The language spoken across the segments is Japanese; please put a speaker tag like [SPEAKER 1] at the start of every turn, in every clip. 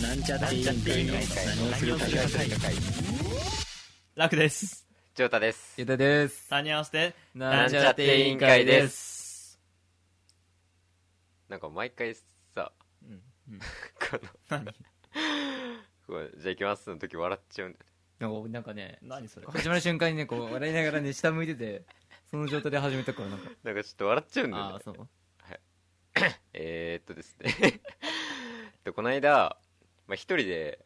[SPEAKER 1] なんちゃって委員会の何をするか会
[SPEAKER 2] 楽です。
[SPEAKER 3] ジョータです。
[SPEAKER 4] ゆたです。。
[SPEAKER 2] 3人合わせて、
[SPEAKER 3] なんちゃって委員会ですなんか毎回さ、
[SPEAKER 4] うん
[SPEAKER 3] この、
[SPEAKER 2] 何
[SPEAKER 3] こうじゃあ行きますの時笑っちゃうんだよね
[SPEAKER 4] なんかなんかね、
[SPEAKER 2] 何それ
[SPEAKER 4] 始まる瞬間にね、こ う、笑いながらね、下向いてて、その状態で始めたから、なんか、
[SPEAKER 3] なんかちょっと笑っちゃうんだよ
[SPEAKER 4] あ
[SPEAKER 3] ね
[SPEAKER 4] あ、。そう。
[SPEAKER 3] えー、っとですね えっとこの間、まあ、一人で、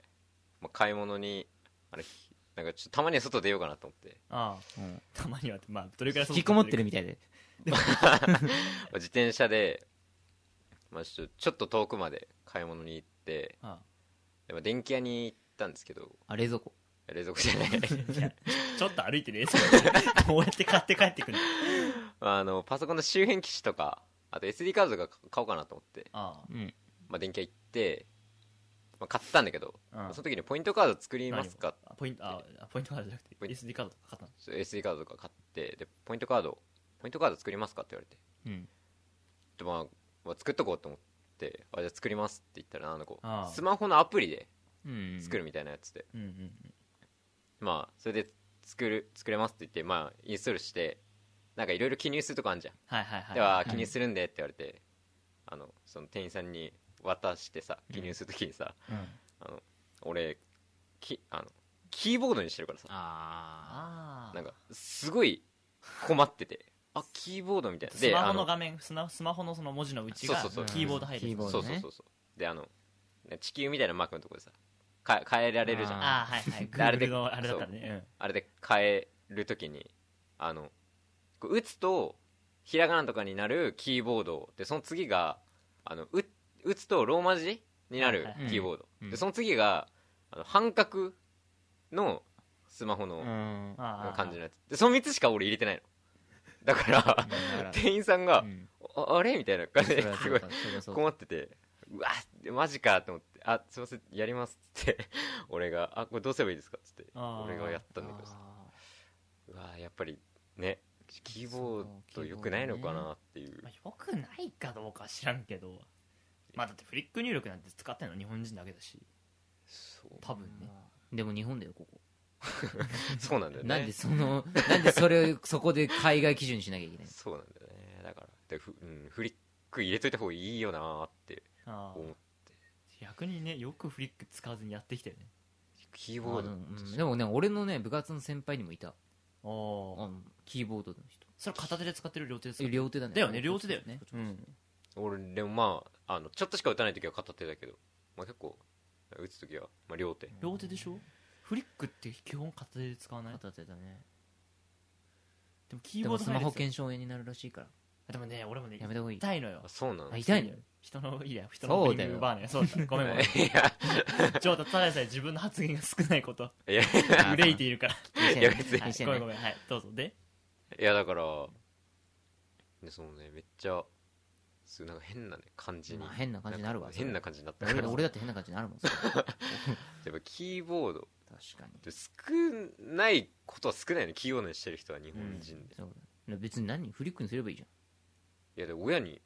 [SPEAKER 3] まあ、買い物にあれひなんかちょっとたまには外出ようかなと思って、
[SPEAKER 2] ああ、
[SPEAKER 4] うん
[SPEAKER 2] たまにはって、まあ、どれくらい
[SPEAKER 4] 引きこもってるみたいで。
[SPEAKER 3] まあ、自転車で、まあ、ちょっとちょっと遠くまで買い物に行って
[SPEAKER 2] あ
[SPEAKER 3] で、まあ、電気屋に行ったんですけど
[SPEAKER 4] あ、冷蔵庫。
[SPEAKER 3] 冷蔵庫じゃない
[SPEAKER 2] いやちょっと歩いてねえそれどうやって買って帰ってくるの
[SPEAKER 3] まああのパソコンの周辺機種とかあと SD カードとか買おうかなと思って、
[SPEAKER 2] あ
[SPEAKER 4] うん。
[SPEAKER 3] まあ、電気屋行って、まあ、買ったんだけど、
[SPEAKER 2] あ、うん
[SPEAKER 3] その時にポイントカード作りますか
[SPEAKER 2] あポイントああポイントカードじゃなくて
[SPEAKER 3] ポイン
[SPEAKER 2] SD カードとか買っ
[SPEAKER 3] SD カードとか買ってでポイントカードポイントカード作りますかって言われて
[SPEAKER 4] うん。
[SPEAKER 3] でまあ、まあ作っとこうと思ってあじゃあ作りますって言ったらあの子
[SPEAKER 2] ああ
[SPEAKER 3] スマホのアプリで
[SPEAKER 4] うん。
[SPEAKER 3] 作る。みたいなやつで、
[SPEAKER 2] たのうんうん
[SPEAKER 3] まあそれで作る作れますって言ってまあインストールしてなんかいろいろ記入するとこあるじゃん、
[SPEAKER 2] はいはいはい
[SPEAKER 3] では、
[SPEAKER 2] い
[SPEAKER 3] 記入するんでって言われてあのその店員さんに渡してさ記入するときにさ、
[SPEAKER 2] うん
[SPEAKER 3] あの俺きあのキーボードにしてるからさ
[SPEAKER 2] あ
[SPEAKER 4] あ
[SPEAKER 2] あ
[SPEAKER 3] なんかすごい困っててあキーボードみたいな
[SPEAKER 2] スマホ
[SPEAKER 3] あ
[SPEAKER 2] の画面スマスマホのその文字の内が
[SPEAKER 3] そうそうそう
[SPEAKER 2] キーボード入る
[SPEAKER 4] キーボード
[SPEAKER 3] そうそうそうそうであの地球みたいなマークのところでさか変えられるじゃんあ
[SPEAKER 2] ああはいはい
[SPEAKER 3] であれ
[SPEAKER 2] Google
[SPEAKER 3] で
[SPEAKER 2] のあれだったらね
[SPEAKER 3] れで変えるときにあのこう打つとひらがなとかになるキーボードでその次があの打打つとローマ字になる
[SPEAKER 2] はい
[SPEAKER 4] はい
[SPEAKER 3] キーボード、
[SPEAKER 4] うん
[SPEAKER 3] でその次があの半角のスマホの,、
[SPEAKER 4] う
[SPEAKER 3] の
[SPEAKER 4] ん。
[SPEAKER 2] うんああ
[SPEAKER 3] 感じのやつでその3つしか俺入れてないのだから
[SPEAKER 4] うん
[SPEAKER 3] 店員さんが
[SPEAKER 4] う、ん
[SPEAKER 3] ああれみたいな感じ
[SPEAKER 4] そり
[SPEAKER 3] で
[SPEAKER 4] ゃ
[SPEAKER 3] す
[SPEAKER 4] そ
[SPEAKER 3] ご
[SPEAKER 4] う
[SPEAKER 3] い
[SPEAKER 4] かそりゃそう
[SPEAKER 3] 困っててうわマジかと思って「あすいませんやります」っつって 俺が「あこれどうすればいいですか?」っつって
[SPEAKER 2] あー
[SPEAKER 3] 俺がやったんだけどさ
[SPEAKER 4] か
[SPEAKER 3] うわやっぱりねキーボード良くないのかなっていう
[SPEAKER 2] まあよくないかどうかは知らんけどまあだってフリック入力なんて使ってんの日本人だけだし
[SPEAKER 3] そう
[SPEAKER 2] 多分ね
[SPEAKER 4] でも日本だよ、ここ。
[SPEAKER 3] そうなんだよね
[SPEAKER 4] なんでその、 なんでそれを、そこで海外基準にしなきゃいけない
[SPEAKER 3] そうなんだよねだからでふ、うん、フリック入れといた方がいいよなーって
[SPEAKER 2] ああ
[SPEAKER 3] 思う
[SPEAKER 2] 逆にねよくフリック使わずにやってきたよね
[SPEAKER 3] キーボー
[SPEAKER 4] あで
[SPEAKER 3] ド
[SPEAKER 4] もうんでもね、俺のね、部活の先輩にもいた。
[SPEAKER 2] お
[SPEAKER 4] あ
[SPEAKER 2] お
[SPEAKER 4] のキーボードの人。
[SPEAKER 2] それ片手で使ってる両手で使っ
[SPEAKER 4] え
[SPEAKER 2] てる
[SPEAKER 4] 両手だね。
[SPEAKER 2] だよね両手だよね
[SPEAKER 4] うん。
[SPEAKER 3] 俺でもまああのちょっとしか打たない時は片手だけど、まあ、結構打つ時は、まあ、両手
[SPEAKER 2] 両手でしょフリックって基本片手で使わない
[SPEAKER 4] 片手だね。
[SPEAKER 2] でもキ
[SPEAKER 4] で
[SPEAKER 2] ーボ
[SPEAKER 4] も
[SPEAKER 2] ード
[SPEAKER 4] ス
[SPEAKER 2] 入
[SPEAKER 4] マ
[SPEAKER 2] れてた
[SPEAKER 4] ホ腱鞘炎になるらしいから。
[SPEAKER 2] でもね俺もね
[SPEAKER 4] やめた 方がいい。
[SPEAKER 2] 痛いのよ
[SPEAKER 3] あそうなん
[SPEAKER 4] あ、
[SPEAKER 3] だ
[SPEAKER 4] 痛いのよ。
[SPEAKER 2] 人のいいや人のフリック奪わないそうだごめ んごめん
[SPEAKER 3] いや
[SPEAKER 2] ちょうどただでさえ自分の発言が少ないこと
[SPEAKER 3] いや
[SPEAKER 2] 憂いているから
[SPEAKER 3] いや別に
[SPEAKER 2] はいごめんごめんはいどうぞで
[SPEAKER 3] いやだからでそのねめっちゃすごいなんか変なね感じに、
[SPEAKER 4] まあ変な感じになるわ
[SPEAKER 3] んか変な感じになったか
[SPEAKER 4] 俺
[SPEAKER 3] ら
[SPEAKER 4] だ俺だって変な感じになるもん。それ確
[SPEAKER 3] やっぱキーボード
[SPEAKER 4] かに。
[SPEAKER 3] で少ないことは少ないねキーボードにしてる人は日本人で、い
[SPEAKER 4] そうだ。別に何フリックにすればいいじゃん。
[SPEAKER 3] やで親に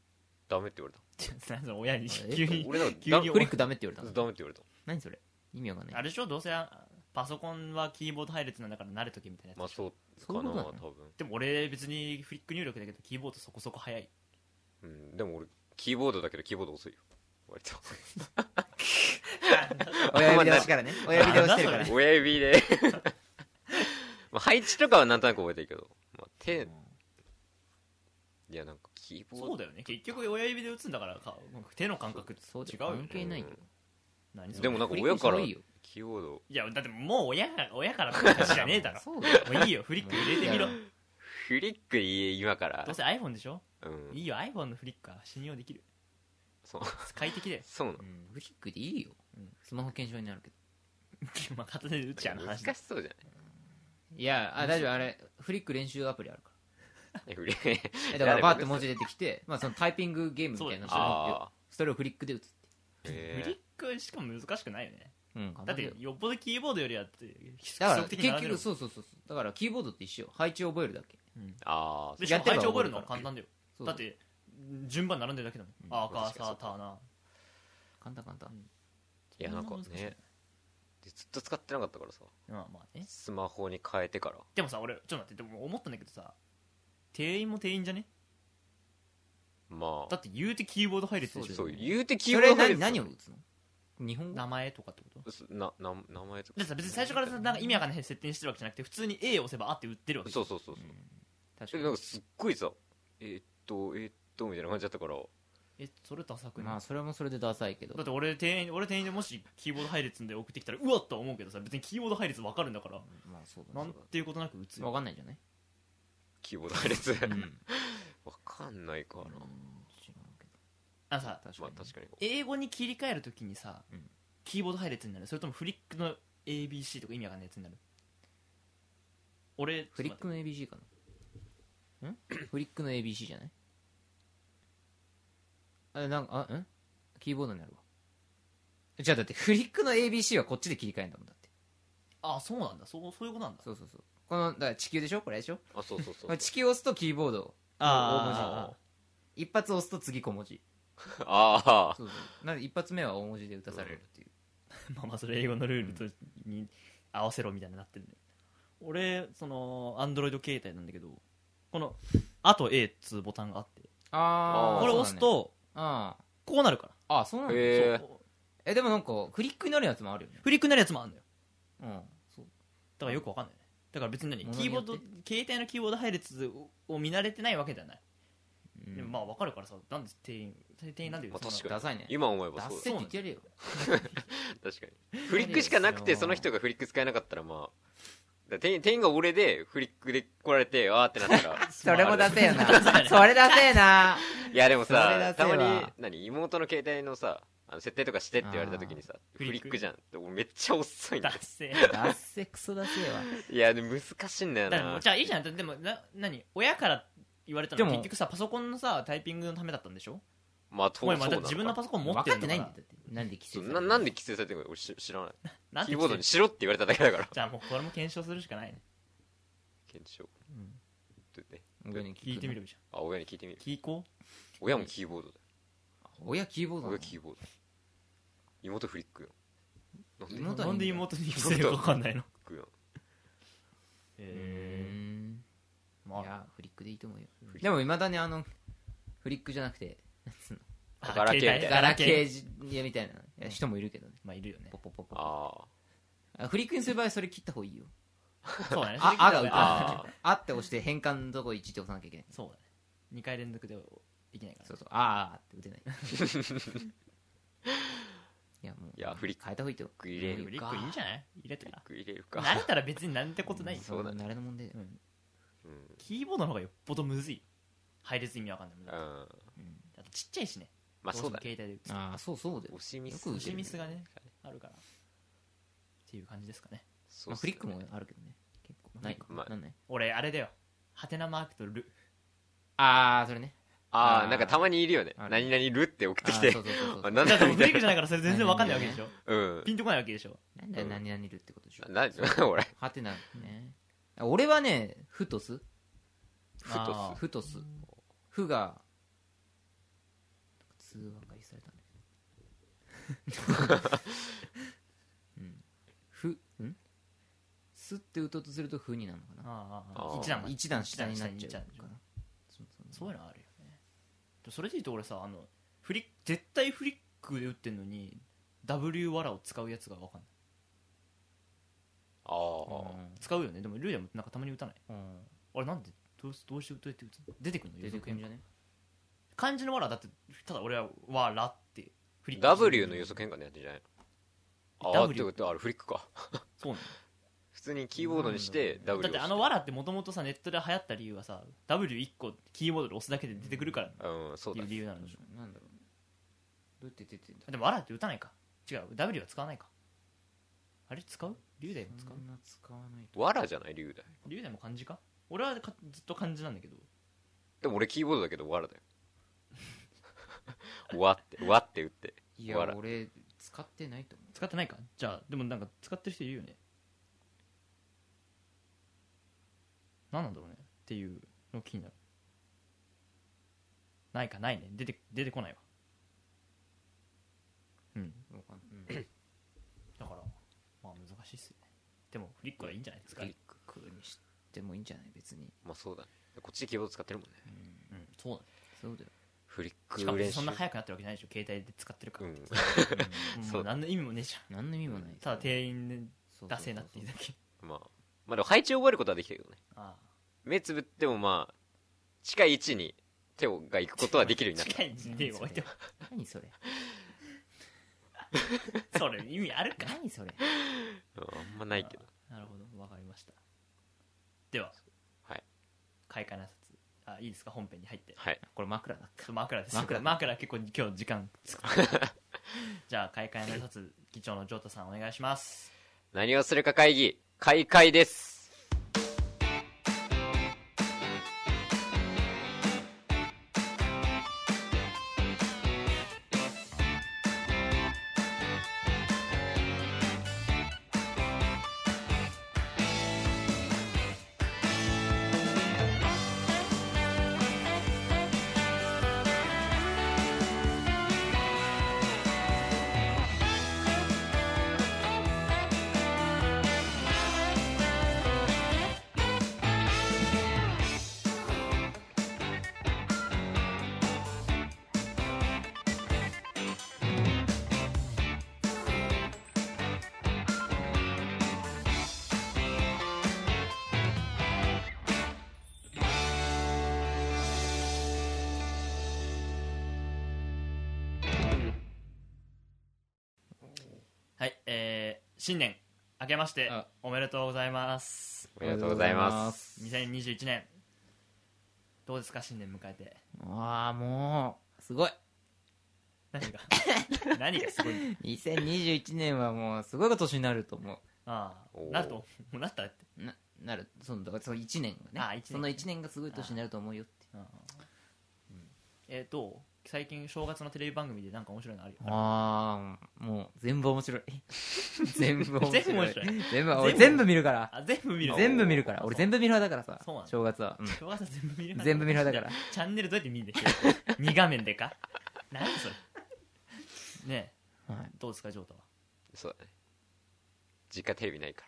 [SPEAKER 3] ダメって言われ
[SPEAKER 2] ちょ何その親に
[SPEAKER 4] え
[SPEAKER 2] 急に
[SPEAKER 3] 俺だ
[SPEAKER 2] 急に
[SPEAKER 3] いや
[SPEAKER 4] フリックダメって言わ
[SPEAKER 3] た
[SPEAKER 4] れた。
[SPEAKER 3] ダメって言われた
[SPEAKER 4] 何それ意味わかんな
[SPEAKER 2] あ
[SPEAKER 4] い。
[SPEAKER 2] れでしょどうせあパソコンはキーボード配列なんだから慣れとけみたいなやつ
[SPEAKER 3] まあそうか
[SPEAKER 4] そういう
[SPEAKER 3] な
[SPEAKER 4] ことなの
[SPEAKER 3] 多分、
[SPEAKER 2] でも俺別にフリック入力だけどキーボードそこそこ早い
[SPEAKER 3] うん、でも俺キーボードだけどキーボード遅いよ割と
[SPEAKER 4] 親指で押しからね。親指で押してるから
[SPEAKER 2] なんだそ
[SPEAKER 4] ね。
[SPEAKER 3] 親指で まあ配置とかはなんとなく覚えてるけど、まあ、手いやなんかキーボード
[SPEAKER 2] そうだよね結局親指で打つんだからか手の感覚
[SPEAKER 4] そうだ
[SPEAKER 2] 違
[SPEAKER 4] よ
[SPEAKER 2] うよ
[SPEAKER 4] 関係
[SPEAKER 2] ね
[SPEAKER 4] ないよ。
[SPEAKER 2] 何それ
[SPEAKER 3] でもなんか
[SPEAKER 4] フリッ
[SPEAKER 3] 親
[SPEAKER 4] クす
[SPEAKER 3] から
[SPEAKER 4] ごいよ
[SPEAKER 3] キーボード
[SPEAKER 2] いやだってもう親が親からの話じゃねえだ ろ
[SPEAKER 4] そうだよ。
[SPEAKER 2] もういいよフリック入れてみろ
[SPEAKER 3] フリックいい今から
[SPEAKER 2] どうせ iPhone でしょ
[SPEAKER 3] うん
[SPEAKER 2] いいよ iPhone のフリックは信用できる
[SPEAKER 3] そう
[SPEAKER 2] 快適だよ
[SPEAKER 3] そうなの
[SPEAKER 4] うんフリックでいいよ
[SPEAKER 2] うん。
[SPEAKER 4] スマホ検証になるけど。
[SPEAKER 2] まあ片手で打っちゃうの
[SPEAKER 3] 難
[SPEAKER 2] 話
[SPEAKER 3] し
[SPEAKER 2] だ
[SPEAKER 3] そうじゃ
[SPEAKER 4] いや、あ、大丈夫。あれ、フリック練習アプリあるから。
[SPEAKER 3] ないフリック
[SPEAKER 4] えだからバーって文字出てきて、まあ、そのタイピングゲームみたいなのしてるんだけど
[SPEAKER 3] ああ
[SPEAKER 4] それをフリックで打つって
[SPEAKER 2] フリックしかも難しくないよね
[SPEAKER 4] うん
[SPEAKER 2] だってよっぽどキーボードよりはって
[SPEAKER 4] だ
[SPEAKER 2] 規
[SPEAKER 4] から
[SPEAKER 2] 則
[SPEAKER 4] 結
[SPEAKER 2] 的に並んでる
[SPEAKER 4] 局そうそうそうそうだからキーボードって一緒よ配置を覚えるだけ
[SPEAKER 3] あー
[SPEAKER 2] でしかも
[SPEAKER 4] や
[SPEAKER 2] 配
[SPEAKER 4] って
[SPEAKER 2] 置覚
[SPEAKER 4] れば
[SPEAKER 2] える
[SPEAKER 4] 覚える
[SPEAKER 2] のは
[SPEAKER 4] から
[SPEAKER 2] 簡単だよ
[SPEAKER 4] そう
[SPEAKER 2] だって順番並んでるだけだもん、あ赤
[SPEAKER 3] 確かに
[SPEAKER 2] さたな
[SPEAKER 4] 簡単簡単
[SPEAKER 3] いやなんかねでずっと使ってなかったからさ
[SPEAKER 2] まあまあね
[SPEAKER 3] スマホに変えてから
[SPEAKER 2] でもさ俺ちょっと待ってでも思ったんだけどさ店員も店員じゃね
[SPEAKER 3] ま
[SPEAKER 2] だ
[SPEAKER 3] あ
[SPEAKER 2] って言うてキーボード配列でしょ
[SPEAKER 3] そう言うてキー
[SPEAKER 2] そ
[SPEAKER 3] ボー
[SPEAKER 2] れ
[SPEAKER 3] ド
[SPEAKER 2] 何
[SPEAKER 3] 入る
[SPEAKER 2] 何を打つの
[SPEAKER 4] 日本語
[SPEAKER 2] 名前とかってこと
[SPEAKER 3] すなな名前とか
[SPEAKER 2] だってさ別に最初からさなんか意味わかんない設定にしてるわけじゃなくて普通に A を押せばあって打ってるわけ
[SPEAKER 3] そううそうそうそう、
[SPEAKER 2] ん確か
[SPEAKER 3] えなん
[SPEAKER 2] に
[SPEAKER 3] かすっごいさえーっとえーっとみたいな感じだったから
[SPEAKER 2] えそれダサくない
[SPEAKER 4] まあそれもそれでダサいけど
[SPEAKER 2] だって俺店員俺店員でもしキーボード配列で送ってきたらうわっとは思うけどさ別にキーボード配列わかるんだから
[SPEAKER 4] まあそうだ
[SPEAKER 2] な
[SPEAKER 4] ね
[SPEAKER 2] んていうことなく打つ
[SPEAKER 4] わ
[SPEAKER 2] よ
[SPEAKER 4] かんないんじゃない
[SPEAKER 3] キーボード配列
[SPEAKER 4] うん
[SPEAKER 3] わかんないかな、
[SPEAKER 4] 知らんけど
[SPEAKER 2] あのさ
[SPEAKER 4] 確
[SPEAKER 3] まあ
[SPEAKER 4] かに
[SPEAKER 3] 確かに
[SPEAKER 2] 英語に切り替えるときにさ、
[SPEAKER 4] うん
[SPEAKER 2] キーボード配列になるそれともフリックの ABC とか意味わかんないやつになる俺
[SPEAKER 4] フリックの ABC かなんフリックの ABC じゃないあなんかあんキーボードになるわじゃあだってフリックの ABC はこっちで切り替えんだもんだって
[SPEAKER 2] あそうなんだそうそういうことなんだ
[SPEAKER 4] そうそうそうこのだから地球でしょこれでしょ
[SPEAKER 3] あそうそうそ
[SPEAKER 4] こ
[SPEAKER 3] う
[SPEAKER 4] れ地球押すとキーボード
[SPEAKER 2] あ
[SPEAKER 4] 一発押すと次小文字
[SPEAKER 3] あ あ
[SPEAKER 4] そうそうなんで一発目は大文字で打たされるっていう
[SPEAKER 2] まあまあそれ英語のルールとに合わせろみたいになってるんだよ俺そのアンドロイド携帯なんだけどこの「あと A」っつうボタンがあって
[SPEAKER 4] あ
[SPEAKER 3] ー
[SPEAKER 2] これ押すと
[SPEAKER 4] あ
[SPEAKER 2] こうなるから
[SPEAKER 4] あそうなんだ
[SPEAKER 3] へえ
[SPEAKER 2] そう
[SPEAKER 4] えでもなんかフリックになるやつもあるよね
[SPEAKER 2] フリックになるやつもあるんだよ
[SPEAKER 4] うんそう
[SPEAKER 2] だからよくわかんないねだから別に何
[SPEAKER 4] 物
[SPEAKER 2] キ
[SPEAKER 4] に
[SPEAKER 2] ーボ
[SPEAKER 4] よ
[SPEAKER 2] ー
[SPEAKER 4] って
[SPEAKER 2] ド携帯のキーボード配列を見慣れてないわけじゃない、でもまあわかるからさなんで店員店員なんで
[SPEAKER 3] まあ
[SPEAKER 2] そんな
[SPEAKER 3] 確か
[SPEAKER 4] ダサいね
[SPEAKER 3] に今思えば
[SPEAKER 4] ダッ
[SPEAKER 3] そう
[SPEAKER 4] セ
[SPEAKER 3] だ
[SPEAKER 4] って言ってやれよ
[SPEAKER 3] 確かにフリックしかなくてその人がフリック使えなかったらまあだから店員店員が俺でフリックで来られてわーってな ったら
[SPEAKER 4] それもダセえよな
[SPEAKER 2] ダサいね
[SPEAKER 4] それダセえない
[SPEAKER 3] やでも
[SPEAKER 4] それだ
[SPEAKER 3] さた
[SPEAKER 4] けは
[SPEAKER 3] まに何妹の携帯のさあの設定とかしてって言われた時にさ
[SPEAKER 2] ー
[SPEAKER 3] フリックじゃんで俺めっちゃ遅いんだ
[SPEAKER 2] ダッセー
[SPEAKER 4] ダッセクソダセえわ
[SPEAKER 3] いやでも難しいんだよ
[SPEAKER 2] だからも
[SPEAKER 3] な
[SPEAKER 2] うじゃあいいじゃんでもな何親から言われた
[SPEAKER 4] で
[SPEAKER 2] の
[SPEAKER 4] も
[SPEAKER 2] は結局さパソコンのさタイピングのためだったんでしょ
[SPEAKER 3] まあ
[SPEAKER 2] お
[SPEAKER 3] 当
[SPEAKER 2] 前
[SPEAKER 3] そ
[SPEAKER 2] ま
[SPEAKER 3] う
[SPEAKER 2] た
[SPEAKER 3] なの
[SPEAKER 2] 自分の
[SPEAKER 3] か
[SPEAKER 2] パソコン持
[SPEAKER 4] 分
[SPEAKER 2] っ
[SPEAKER 4] か
[SPEAKER 2] てる
[SPEAKER 4] っ
[SPEAKER 2] のか
[SPEAKER 4] てないん
[SPEAKER 2] な
[SPEAKER 4] だよだってなんで規
[SPEAKER 3] そ
[SPEAKER 4] 制
[SPEAKER 3] う
[SPEAKER 4] さ
[SPEAKER 3] な
[SPEAKER 4] れる
[SPEAKER 3] なんで規制されてるのか俺し知らない
[SPEAKER 2] なんて
[SPEAKER 3] キ
[SPEAKER 2] 言
[SPEAKER 3] ー
[SPEAKER 2] っ
[SPEAKER 3] ボ
[SPEAKER 2] て
[SPEAKER 3] ードにしろって言われただけだから
[SPEAKER 2] じゃあもうこれも検証するしかないね
[SPEAKER 3] 検証
[SPEAKER 4] うん
[SPEAKER 3] とね
[SPEAKER 4] 親に聞くの
[SPEAKER 2] 聞いてみるじ
[SPEAKER 3] あ親に聞いてみる
[SPEAKER 2] ゃん聞こう
[SPEAKER 3] 親もキーボードだよ
[SPEAKER 4] 親キーボードなの
[SPEAKER 3] 親キーボード妹フリックよなんで
[SPEAKER 4] 妹は
[SPEAKER 2] なんで妹に規制がかかんないの
[SPEAKER 3] フリックよ
[SPEAKER 4] う
[SPEAKER 2] え
[SPEAKER 4] ーん
[SPEAKER 2] まあ
[SPEAKER 4] いやフリックでいいと思うよ
[SPEAKER 3] フリック
[SPEAKER 4] でもいまだにあのフリックじゃなくて
[SPEAKER 2] あ
[SPEAKER 3] ガラケーみたいな
[SPEAKER 4] ガラケーじやみたいなや人もいるけどね
[SPEAKER 2] まあいるよね
[SPEAKER 4] ポポポポ
[SPEAKER 3] ああ
[SPEAKER 4] あフリックにする場合それ切った方がいいよ
[SPEAKER 2] そうだね
[SPEAKER 4] ああ
[SPEAKER 2] あ
[SPEAKER 4] が浮かんないあって押して変換のとこ1って押さなきゃいけない
[SPEAKER 2] そうだね2回連続でできないから
[SPEAKER 4] そうそうあーあーって打てないいやもう
[SPEAKER 3] いやフリッ
[SPEAKER 4] 変えた方がいいと
[SPEAKER 3] ク入れ
[SPEAKER 2] フ
[SPEAKER 3] る
[SPEAKER 2] リックいいんじゃない入れた
[SPEAKER 3] フリ
[SPEAKER 2] ら
[SPEAKER 3] ック入れるか
[SPEAKER 2] 慣れたら別になんてことないよ
[SPEAKER 4] そうだ慣れの問題だよ
[SPEAKER 2] うん
[SPEAKER 3] うん
[SPEAKER 2] キーボードの方がよっぽどむずい配列意味わかんないもん
[SPEAKER 3] う
[SPEAKER 2] だって
[SPEAKER 3] ん
[SPEAKER 2] あとちっちゃいしね
[SPEAKER 3] まあそう
[SPEAKER 2] ど
[SPEAKER 3] だ
[SPEAKER 2] しても携帯で打つ
[SPEAKER 4] ああそうそうだよ
[SPEAKER 3] 押しミス
[SPEAKER 4] よく打
[SPEAKER 2] 押
[SPEAKER 4] て
[SPEAKER 2] し
[SPEAKER 4] る
[SPEAKER 2] ミスがねあるからっていう感じですかね
[SPEAKER 3] そう
[SPEAKER 4] ま
[SPEAKER 3] っ
[SPEAKER 4] あ、
[SPEAKER 3] す
[SPEAKER 4] フ
[SPEAKER 3] ね
[SPEAKER 4] リックもあるけどね結構
[SPEAKER 2] フ
[SPEAKER 4] な
[SPEAKER 2] リ
[SPEAKER 4] い
[SPEAKER 2] ッ
[SPEAKER 3] クまあ
[SPEAKER 4] なんない
[SPEAKER 2] 俺あれだよハテナマークとル
[SPEAKER 4] ああそれね
[SPEAKER 3] ああ
[SPEAKER 4] あー
[SPEAKER 3] なんかたまにいるよね
[SPEAKER 4] ある
[SPEAKER 3] 何々るって送ってき
[SPEAKER 4] あー
[SPEAKER 3] て
[SPEAKER 4] そうそうそうそ
[SPEAKER 3] あ
[SPEAKER 4] う
[SPEAKER 3] なん
[SPEAKER 2] だ
[SPEAKER 3] だ
[SPEAKER 2] って
[SPEAKER 3] み
[SPEAKER 2] フ
[SPEAKER 3] た
[SPEAKER 2] リック
[SPEAKER 3] いな
[SPEAKER 2] じゃないからそれ全然わかんないわけでしょ
[SPEAKER 3] うん
[SPEAKER 2] ピンとこないわけでしょ
[SPEAKER 4] なんだよ何々るってことでしょ
[SPEAKER 3] な俺
[SPEAKER 4] はてなね俺はねフトス
[SPEAKER 3] ふと
[SPEAKER 2] あ
[SPEAKER 4] フトスフが通話がされたんだけどうんフんスって打とうとするとフになるのか
[SPEAKER 2] ああ
[SPEAKER 3] あ
[SPEAKER 2] あ
[SPEAKER 3] ー
[SPEAKER 2] あ一段
[SPEAKER 4] な
[SPEAKER 2] が
[SPEAKER 4] 一段下になっ
[SPEAKER 2] 一
[SPEAKER 4] ちゃ
[SPEAKER 2] 段
[SPEAKER 4] う
[SPEAKER 2] 下に行っ
[SPEAKER 4] かなそう
[SPEAKER 2] そういうのあるよねでもそれで言うと俺さあのフリック絶対フリックで打ってんのに W わらを使うやつがわかんない
[SPEAKER 3] ああ
[SPEAKER 2] 使うよねでもルーヤもなんかたまに打たない
[SPEAKER 4] うんうん
[SPEAKER 2] あれなんでどうしどうして打って打つの出てくるの
[SPEAKER 4] 出てくんじゃね
[SPEAKER 2] 漢字のわらだってただ俺はわらってフリック
[SPEAKER 3] W の予測変換でやってんじゃないのああ
[SPEAKER 2] W
[SPEAKER 3] ってことはあれフリックか
[SPEAKER 2] そうなの
[SPEAKER 3] 普通にキーボードにして
[SPEAKER 4] なん
[SPEAKER 3] W
[SPEAKER 2] だっ
[SPEAKER 3] を
[SPEAKER 2] てあのわらってもともとさネットで流行った理由はさ W1 個キーボードで押すだけで出てくるからっ
[SPEAKER 3] うんそう
[SPEAKER 2] てい
[SPEAKER 3] だ
[SPEAKER 2] う理由なのでしょ
[SPEAKER 4] なんだろうねどうやって出てんだ
[SPEAKER 2] でもわらって打たないか違う W は使わないかあれ使う龍大も使う
[SPEAKER 4] そんな使わないと
[SPEAKER 3] わらじゃない理由だよ
[SPEAKER 2] 龍大も漢字か俺はかずっと漢字なんだけど
[SPEAKER 3] でも俺キーボードだけどわらだよ わってわって打って
[SPEAKER 4] い
[SPEAKER 3] わ
[SPEAKER 4] や
[SPEAKER 3] ら
[SPEAKER 4] 俺使ってないと思
[SPEAKER 2] 使ってないかじゃあでもなんか使ってる人いるよね何なんだろうねっていうの気になるないかないね出て出てこないわうん
[SPEAKER 4] うわかんない
[SPEAKER 2] でもフリックはいいんじゃないです
[SPEAKER 4] ク
[SPEAKER 2] か、
[SPEAKER 4] リックにしてもいいんじゃない別に
[SPEAKER 3] まあそうだねこっちでキーボード使ってるもんね
[SPEAKER 2] うん、そうなんだ
[SPEAKER 4] そうだよ
[SPEAKER 3] フリッ
[SPEAKER 2] しか
[SPEAKER 3] ク
[SPEAKER 2] も
[SPEAKER 3] 練習
[SPEAKER 2] そんな速くなってるわけないでしょ携帯で使ってるか
[SPEAKER 3] う
[SPEAKER 2] ら、
[SPEAKER 3] ん
[SPEAKER 2] うん
[SPEAKER 3] そう
[SPEAKER 2] もう何の意味もねえじ
[SPEAKER 4] 何の意味もない
[SPEAKER 2] ゃんただ店員で
[SPEAKER 4] そうそうそう
[SPEAKER 2] 出せな っていうだけ
[SPEAKER 3] まあまあでも配置を覚えることはできたけどね
[SPEAKER 2] ああ
[SPEAKER 3] 目つぶってもまあ近い位置に手をが行くことはできるようになっ
[SPEAKER 2] 近い人で置いても
[SPEAKER 4] 何それ
[SPEAKER 2] それ意味あるか
[SPEAKER 4] 何それ
[SPEAKER 3] た、うん、あんまないけど
[SPEAKER 2] なるほどわかりましたでは
[SPEAKER 3] はい
[SPEAKER 2] 開花なさつあいいですか本編に入って
[SPEAKER 3] はい
[SPEAKER 4] これ枕だ
[SPEAKER 2] そう枕です
[SPEAKER 4] 枕
[SPEAKER 2] 枕枕結構今日時間作って じゃあ開会の挨拶議長のジョータさんお願いします
[SPEAKER 3] 何をするか会議開会です
[SPEAKER 2] はいえー、新年明けまして
[SPEAKER 4] あ
[SPEAKER 2] おめでとうございます
[SPEAKER 3] おめでとうございます
[SPEAKER 2] 2021年どうですか新年迎えて
[SPEAKER 4] わあもうすごい
[SPEAKER 2] 何が何がすごいの
[SPEAKER 4] 2021年はもうすごいことになると思
[SPEAKER 2] ああ
[SPEAKER 3] おー
[SPEAKER 2] なるともうなったって
[SPEAKER 4] うななるそのだからその1年がね
[SPEAKER 2] あ一年
[SPEAKER 4] その1年がすごい年になると思うよって
[SPEAKER 2] ああえー、どう最近正月のテレビ番組でなんか面白いのあるよ
[SPEAKER 4] ああもう全部面白い全部面白い
[SPEAKER 2] 全部面白い
[SPEAKER 4] 全部
[SPEAKER 2] 全
[SPEAKER 4] 俺
[SPEAKER 2] 部
[SPEAKER 4] 全部見るから
[SPEAKER 2] あ全部見る
[SPEAKER 4] 全部見るから
[SPEAKER 2] あ
[SPEAKER 4] 俺
[SPEAKER 2] そう
[SPEAKER 4] 全部見る派だから
[SPEAKER 2] そうな
[SPEAKER 4] さ
[SPEAKER 2] の
[SPEAKER 4] 正月はうん
[SPEAKER 2] 正月は全部見る派
[SPEAKER 4] 全部見る派だから
[SPEAKER 2] チャンネルどうやって見んでしょ2画面でか何それね
[SPEAKER 4] は
[SPEAKER 2] え
[SPEAKER 4] い
[SPEAKER 2] どうですかジョータは
[SPEAKER 3] そうだね実家テレビないか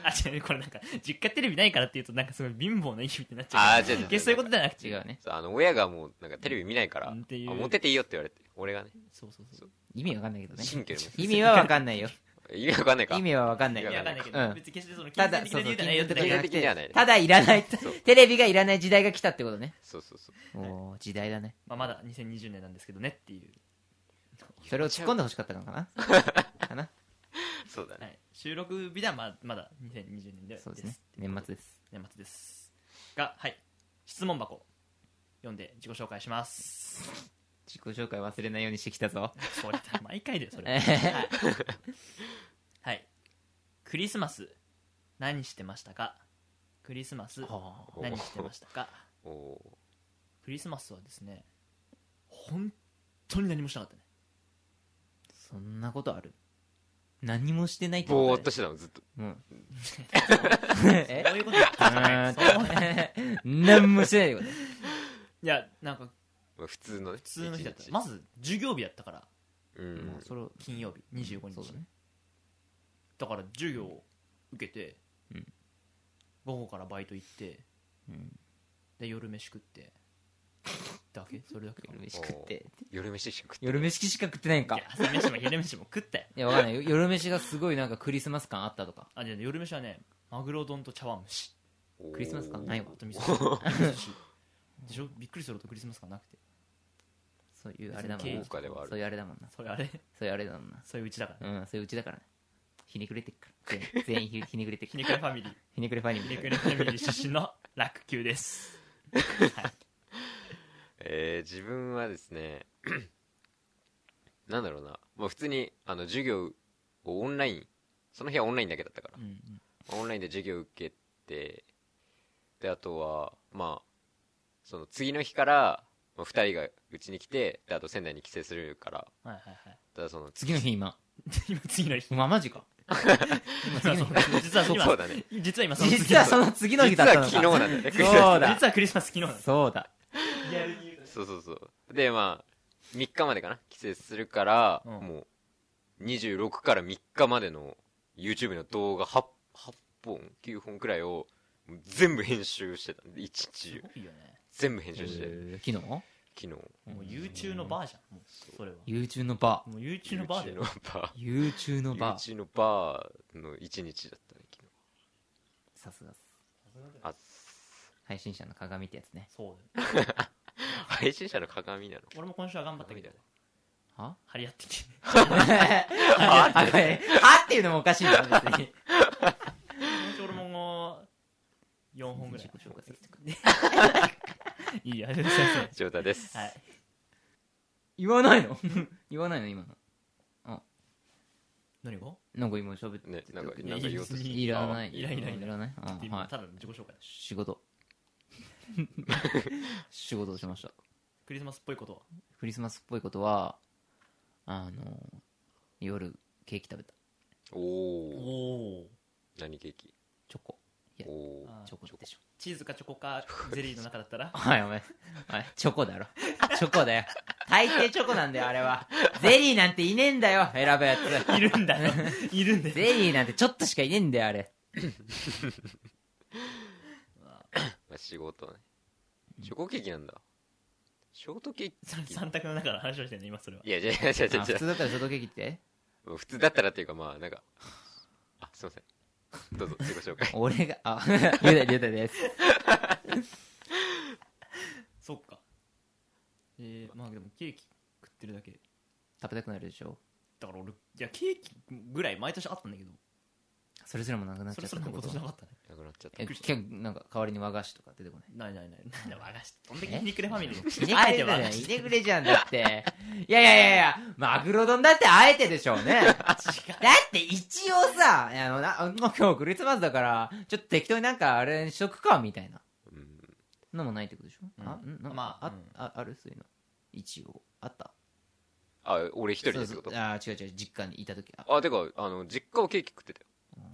[SPEAKER 2] あ違うこれなんか実家テレビないからって言うとなんかすごい貧乏な意味ってなっち
[SPEAKER 3] ら
[SPEAKER 2] ゃ
[SPEAKER 3] ああ
[SPEAKER 2] う
[SPEAKER 3] ー違う違
[SPEAKER 2] 決
[SPEAKER 3] う
[SPEAKER 2] してそういうことじゃなくて
[SPEAKER 4] 違うね
[SPEAKER 3] そうあの親がもうなんかテレビ見ないから、
[SPEAKER 2] うんっていう
[SPEAKER 3] あモテていいよって言われて俺がね
[SPEAKER 2] そうそうそう
[SPEAKER 4] 意味わかんないけどね
[SPEAKER 3] 神経の
[SPEAKER 4] 意味はわかんないよ
[SPEAKER 3] 意味わかんないか
[SPEAKER 4] 意味はわかんない
[SPEAKER 2] 意
[SPEAKER 4] よ
[SPEAKER 2] 味わかんないけど、
[SPEAKER 4] うん
[SPEAKER 2] 別に決してその
[SPEAKER 4] た
[SPEAKER 2] 金
[SPEAKER 4] だ
[SPEAKER 2] 銭的
[SPEAKER 4] そ
[SPEAKER 2] な
[SPEAKER 4] う
[SPEAKER 2] 理由
[SPEAKER 4] そう
[SPEAKER 2] じゃないよってだ
[SPEAKER 3] 金
[SPEAKER 2] け
[SPEAKER 3] 銭的じゃない
[SPEAKER 4] ただいらない
[SPEAKER 3] そう
[SPEAKER 4] テレビがいらない時代が来たってことね
[SPEAKER 3] そうそうそう
[SPEAKER 4] おー時代だね
[SPEAKER 2] まあ、まだ2020年なんですけどねっていう、
[SPEAKER 4] それを突っ込んでほしかったのかなかな
[SPEAKER 3] そうだ
[SPEAKER 2] は
[SPEAKER 3] ね
[SPEAKER 2] い、収録日ではままだ2020年では
[SPEAKER 4] そうですね年末です
[SPEAKER 2] 年末ですがはい質問箱読んで自己紹介します
[SPEAKER 4] 自己紹介忘れないようにしてきたぞ
[SPEAKER 2] それ毎回だよそ れ
[SPEAKER 4] えへへ
[SPEAKER 2] はいクリスマス何してましたかクリスマス
[SPEAKER 3] ー
[SPEAKER 2] 何してましたか
[SPEAKER 3] おお
[SPEAKER 2] クリスマスはですね本当に何もしなかったね
[SPEAKER 4] そんなことある何もしてないっ
[SPEAKER 3] ー
[SPEAKER 4] てこと
[SPEAKER 3] ぼ
[SPEAKER 4] だ
[SPEAKER 3] ーっとしてたのずっと
[SPEAKER 4] ねうん え
[SPEAKER 2] そういうこと言ってんじゃないそう
[SPEAKER 4] 何もしてないよね
[SPEAKER 2] いやなんか
[SPEAKER 3] まあ普通の普
[SPEAKER 2] 普通の日だったまず授業日やったから
[SPEAKER 3] うん
[SPEAKER 4] もうそれを
[SPEAKER 2] 金曜日25日
[SPEAKER 4] そうだね
[SPEAKER 2] だから授業を受けて、
[SPEAKER 4] うん
[SPEAKER 2] 午後からバイト行って
[SPEAKER 4] うん
[SPEAKER 2] で夜飯食ってだ けそれだけか
[SPEAKER 4] 夜
[SPEAKER 2] な
[SPEAKER 4] 飯食って
[SPEAKER 3] 夜飯しか食って
[SPEAKER 4] 夜飯しか食ってないんか
[SPEAKER 2] いや朝飯も昼飯も食ったよ
[SPEAKER 4] いやわかんないよ夜飯がすごいなんかクリスマス感あったとか
[SPEAKER 2] あじゃ夜飯はねマグロ丼と茶碗蒸し
[SPEAKER 3] おー
[SPEAKER 4] クリスマス感ないわ
[SPEAKER 2] あと味 噌汁味噌汁でしょびっくりするとクリスマス感なくて
[SPEAKER 4] そういうあれだも
[SPEAKER 2] 別
[SPEAKER 4] んな
[SPEAKER 2] に
[SPEAKER 3] 豪華ではあ
[SPEAKER 4] そう
[SPEAKER 3] る
[SPEAKER 4] いうあれだもんな
[SPEAKER 2] それあれ
[SPEAKER 4] そういうあれだもんな
[SPEAKER 2] そういううちだからね
[SPEAKER 4] うんそういううちだからねひねくれてっから 全員全員ひひねくれてっ
[SPEAKER 2] ひ
[SPEAKER 4] か
[SPEAKER 2] ねくれ
[SPEAKER 4] ら
[SPEAKER 2] ファミリー
[SPEAKER 4] ひねくれファニ
[SPEAKER 2] ひね
[SPEAKER 4] ー
[SPEAKER 2] くれファミリー出身の楽球です
[SPEAKER 3] えー自分はですね なんだろうなまあ普通にあの授業をオンラインその日はオンラインだけだったから
[SPEAKER 4] うんうん
[SPEAKER 3] オンラインで授業受けてであとはまあその次の日からまあ二人がうちに来てであと仙台に帰省するから
[SPEAKER 2] はいはいはい
[SPEAKER 3] ただその
[SPEAKER 4] 次の日今
[SPEAKER 2] 今次の日
[SPEAKER 4] まあマジか今次の 日
[SPEAKER 2] 実は今
[SPEAKER 3] そうだね
[SPEAKER 2] 実は今その次
[SPEAKER 4] 実
[SPEAKER 2] の
[SPEAKER 4] は
[SPEAKER 2] 日
[SPEAKER 4] その次の日
[SPEAKER 3] 実
[SPEAKER 4] だ
[SPEAKER 3] は
[SPEAKER 4] ったの
[SPEAKER 3] 昨
[SPEAKER 4] か
[SPEAKER 3] 日なんだよね
[SPEAKER 4] そうだ
[SPEAKER 2] 実はクリスマス昨日なんです
[SPEAKER 4] そうだ
[SPEAKER 2] リアルに言うと
[SPEAKER 3] そうそうそうでまあ3日までかな帰省するから、
[SPEAKER 2] うん
[SPEAKER 3] も26から3日までの YouTube の動画 8, 8本9本くらいを全部編集してた一日
[SPEAKER 2] す
[SPEAKER 3] 中
[SPEAKER 2] ごいよね
[SPEAKER 3] 全部編
[SPEAKER 4] え
[SPEAKER 3] 集して
[SPEAKER 4] ー昨日
[SPEAKER 3] 昨日
[SPEAKER 2] もう YouTube のバーじゃんもうそれは
[SPEAKER 4] ?YouTube のバ
[SPEAKER 2] もう YouTube のバーだよ
[SPEAKER 3] のバ
[SPEAKER 4] ー。YouTube の
[SPEAKER 3] ー
[SPEAKER 4] バー。
[SPEAKER 3] YouTube のバーの一日だったね昨日
[SPEAKER 4] さすがっす。
[SPEAKER 3] あ
[SPEAKER 4] 配信者の鏡ってやつね。
[SPEAKER 2] そうだよ
[SPEAKER 3] 配信者の鏡なの
[SPEAKER 2] 俺も今週は頑張ったけど
[SPEAKER 4] は
[SPEAKER 2] 張り合ってき て
[SPEAKER 4] ああっていうのもおかしいな、別に。
[SPEAKER 2] 今週俺ももう4本ぐらい
[SPEAKER 4] 自己紹介するとか
[SPEAKER 2] いいや先生
[SPEAKER 3] ジョータです、
[SPEAKER 2] はい
[SPEAKER 4] 言わないの 言わないの、今の。
[SPEAKER 2] 何が
[SPEAKER 4] なんか今喋って
[SPEAKER 3] ねなんか
[SPEAKER 2] いや
[SPEAKER 3] なんか言おうとす
[SPEAKER 2] 別
[SPEAKER 3] る
[SPEAKER 2] に
[SPEAKER 4] いらない。
[SPEAKER 2] いらないいらない
[SPEAKER 4] いらない。あ
[SPEAKER 2] って今
[SPEAKER 4] は
[SPEAKER 2] た
[SPEAKER 4] い。
[SPEAKER 2] だの自己紹介だし
[SPEAKER 4] 仕事。仕事をしました。
[SPEAKER 2] クリスマスっぽいことは
[SPEAKER 4] クリスマスっぽいことは、あの、夜、ケーキ食べた。
[SPEAKER 3] お
[SPEAKER 2] お
[SPEAKER 3] お
[SPEAKER 2] お
[SPEAKER 3] 何ケーキ
[SPEAKER 4] チョコ。いや
[SPEAKER 3] お、おー
[SPEAKER 2] あ
[SPEAKER 4] チョコでしょ。
[SPEAKER 2] チーズかチョコかゼリーの中だったら
[SPEAKER 4] はい、お前。お前、チョコだろ。チョコだよ。大抵チョコなんだよ、あれは。ゼリーなんていねえんだよ、選ぶやつ。
[SPEAKER 2] いるん だよいるんだ
[SPEAKER 4] ゼ
[SPEAKER 2] よ
[SPEAKER 4] リーなんてちょっとしかいねえんだよ、あれ。
[SPEAKER 3] まあ、仕事ねチョコケーキなんだショートケーキ
[SPEAKER 2] それ三択の中の話をしてるの今それはい
[SPEAKER 3] やいやいやいやい
[SPEAKER 4] あ
[SPEAKER 3] やい
[SPEAKER 4] 普
[SPEAKER 3] や
[SPEAKER 4] 通だったらショートケーキって
[SPEAKER 3] 普通だったらっていうかまあなんかあすいませんどうぞ自己紹 介
[SPEAKER 4] 俺が、あ、ゆだゆだです。
[SPEAKER 2] そっかえー、まあでもケーキ食ってるだけ
[SPEAKER 4] 食べたくなるでしょ
[SPEAKER 2] だから俺いやケーキぐらい毎年あったんだけど
[SPEAKER 4] それすらもなくなっ
[SPEAKER 2] そ
[SPEAKER 4] ち
[SPEAKER 2] れ
[SPEAKER 4] ゃっ
[SPEAKER 2] す
[SPEAKER 4] たっ
[SPEAKER 2] ら
[SPEAKER 4] て
[SPEAKER 2] も今
[SPEAKER 4] こと
[SPEAKER 2] 年なかったね
[SPEAKER 3] なくなっちゃった
[SPEAKER 4] え、結局なんか代わりに和菓子とか出てこない
[SPEAKER 2] ないないない なんだ和菓子どんだけひねくれファミリー
[SPEAKER 4] ひ
[SPEAKER 2] だ
[SPEAKER 4] ね
[SPEAKER 2] よあえ
[SPEAKER 4] くれ
[SPEAKER 2] て和
[SPEAKER 4] じゃ
[SPEAKER 2] 菓
[SPEAKER 4] ん
[SPEAKER 2] 子
[SPEAKER 4] ひねくれじゃんだっていやいやいやいやマグロ丼だってあえてでしょうねだ って一応さあのなあの今日クリスマスだからちょっと適当になんかあれにしとくかみたいな
[SPEAKER 3] うん
[SPEAKER 4] のもないってことでしょ、
[SPEAKER 2] う
[SPEAKER 4] うんあんな
[SPEAKER 2] まあ
[SPEAKER 4] あ
[SPEAKER 2] うん
[SPEAKER 4] ああるそういうの一応あった
[SPEAKER 3] あ俺一人で
[SPEAKER 4] そう
[SPEAKER 3] って
[SPEAKER 4] そ
[SPEAKER 3] こ
[SPEAKER 4] う
[SPEAKER 3] と
[SPEAKER 4] あ違う違う実家にいた時あ
[SPEAKER 3] あてかあの実家はケーキ食ってたよ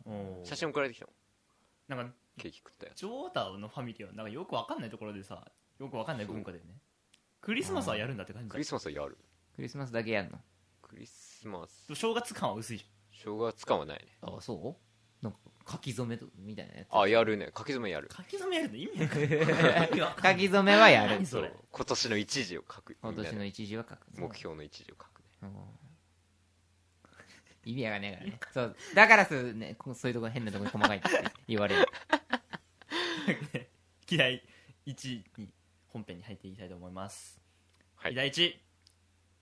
[SPEAKER 2] おー
[SPEAKER 3] 写真送られてきたもん
[SPEAKER 2] なんか
[SPEAKER 3] ケーキ食ったよ
[SPEAKER 2] ジョータのファミリーはなんかよくわかんないところでさよくわかんない文化だよねクリスマスはやるんだって感じ
[SPEAKER 3] ク
[SPEAKER 2] だ
[SPEAKER 3] リスマスはやる
[SPEAKER 4] クリスマスだけやんの
[SPEAKER 3] クリスマス
[SPEAKER 2] 正月感は薄いじ
[SPEAKER 3] 正月感はないね
[SPEAKER 4] あそうなんか書き初めとみたいなやつ
[SPEAKER 3] あやるね書き初めやる
[SPEAKER 2] ゃん書き初めやるの意味わかん ない意味わかんな
[SPEAKER 4] 書
[SPEAKER 2] い
[SPEAKER 4] き初めはやる
[SPEAKER 2] 何それ
[SPEAKER 3] う今年の一時を書く
[SPEAKER 4] 今
[SPEAKER 3] みた
[SPEAKER 4] 年
[SPEAKER 3] いな
[SPEAKER 4] の一時は書く
[SPEAKER 3] 目標の一時を書くね
[SPEAKER 4] うん意味がねえからねそうだからそう,、ね、こそういうとこ変なとこに細かいって言われる
[SPEAKER 2] 議題1に本編に入っていきたいと思います、
[SPEAKER 3] はい
[SPEAKER 2] 議題1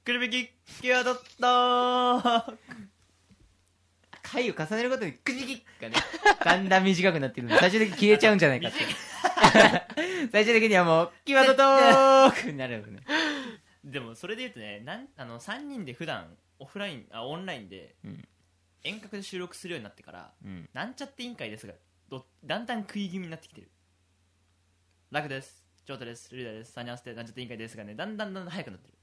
[SPEAKER 2] くるべきキーワードトーク
[SPEAKER 4] 回を重ねることにくじきがねだんだん短くなってくる最終的に消えちゃうんじゃない かって最終的にはもうキーワードトークになるよね
[SPEAKER 2] でもそれで言うとねなんあの3人で普段オフラインあオンラインで
[SPEAKER 4] うん
[SPEAKER 2] 遠隔で収録するようになってから、
[SPEAKER 4] うん
[SPEAKER 2] なんちゃって委員会ですがどだんだん食い気味になってきてる楽ですジョータですリーダーですサニ合わせてなんちゃって委員会ですがねだんだんだんだん早くなってる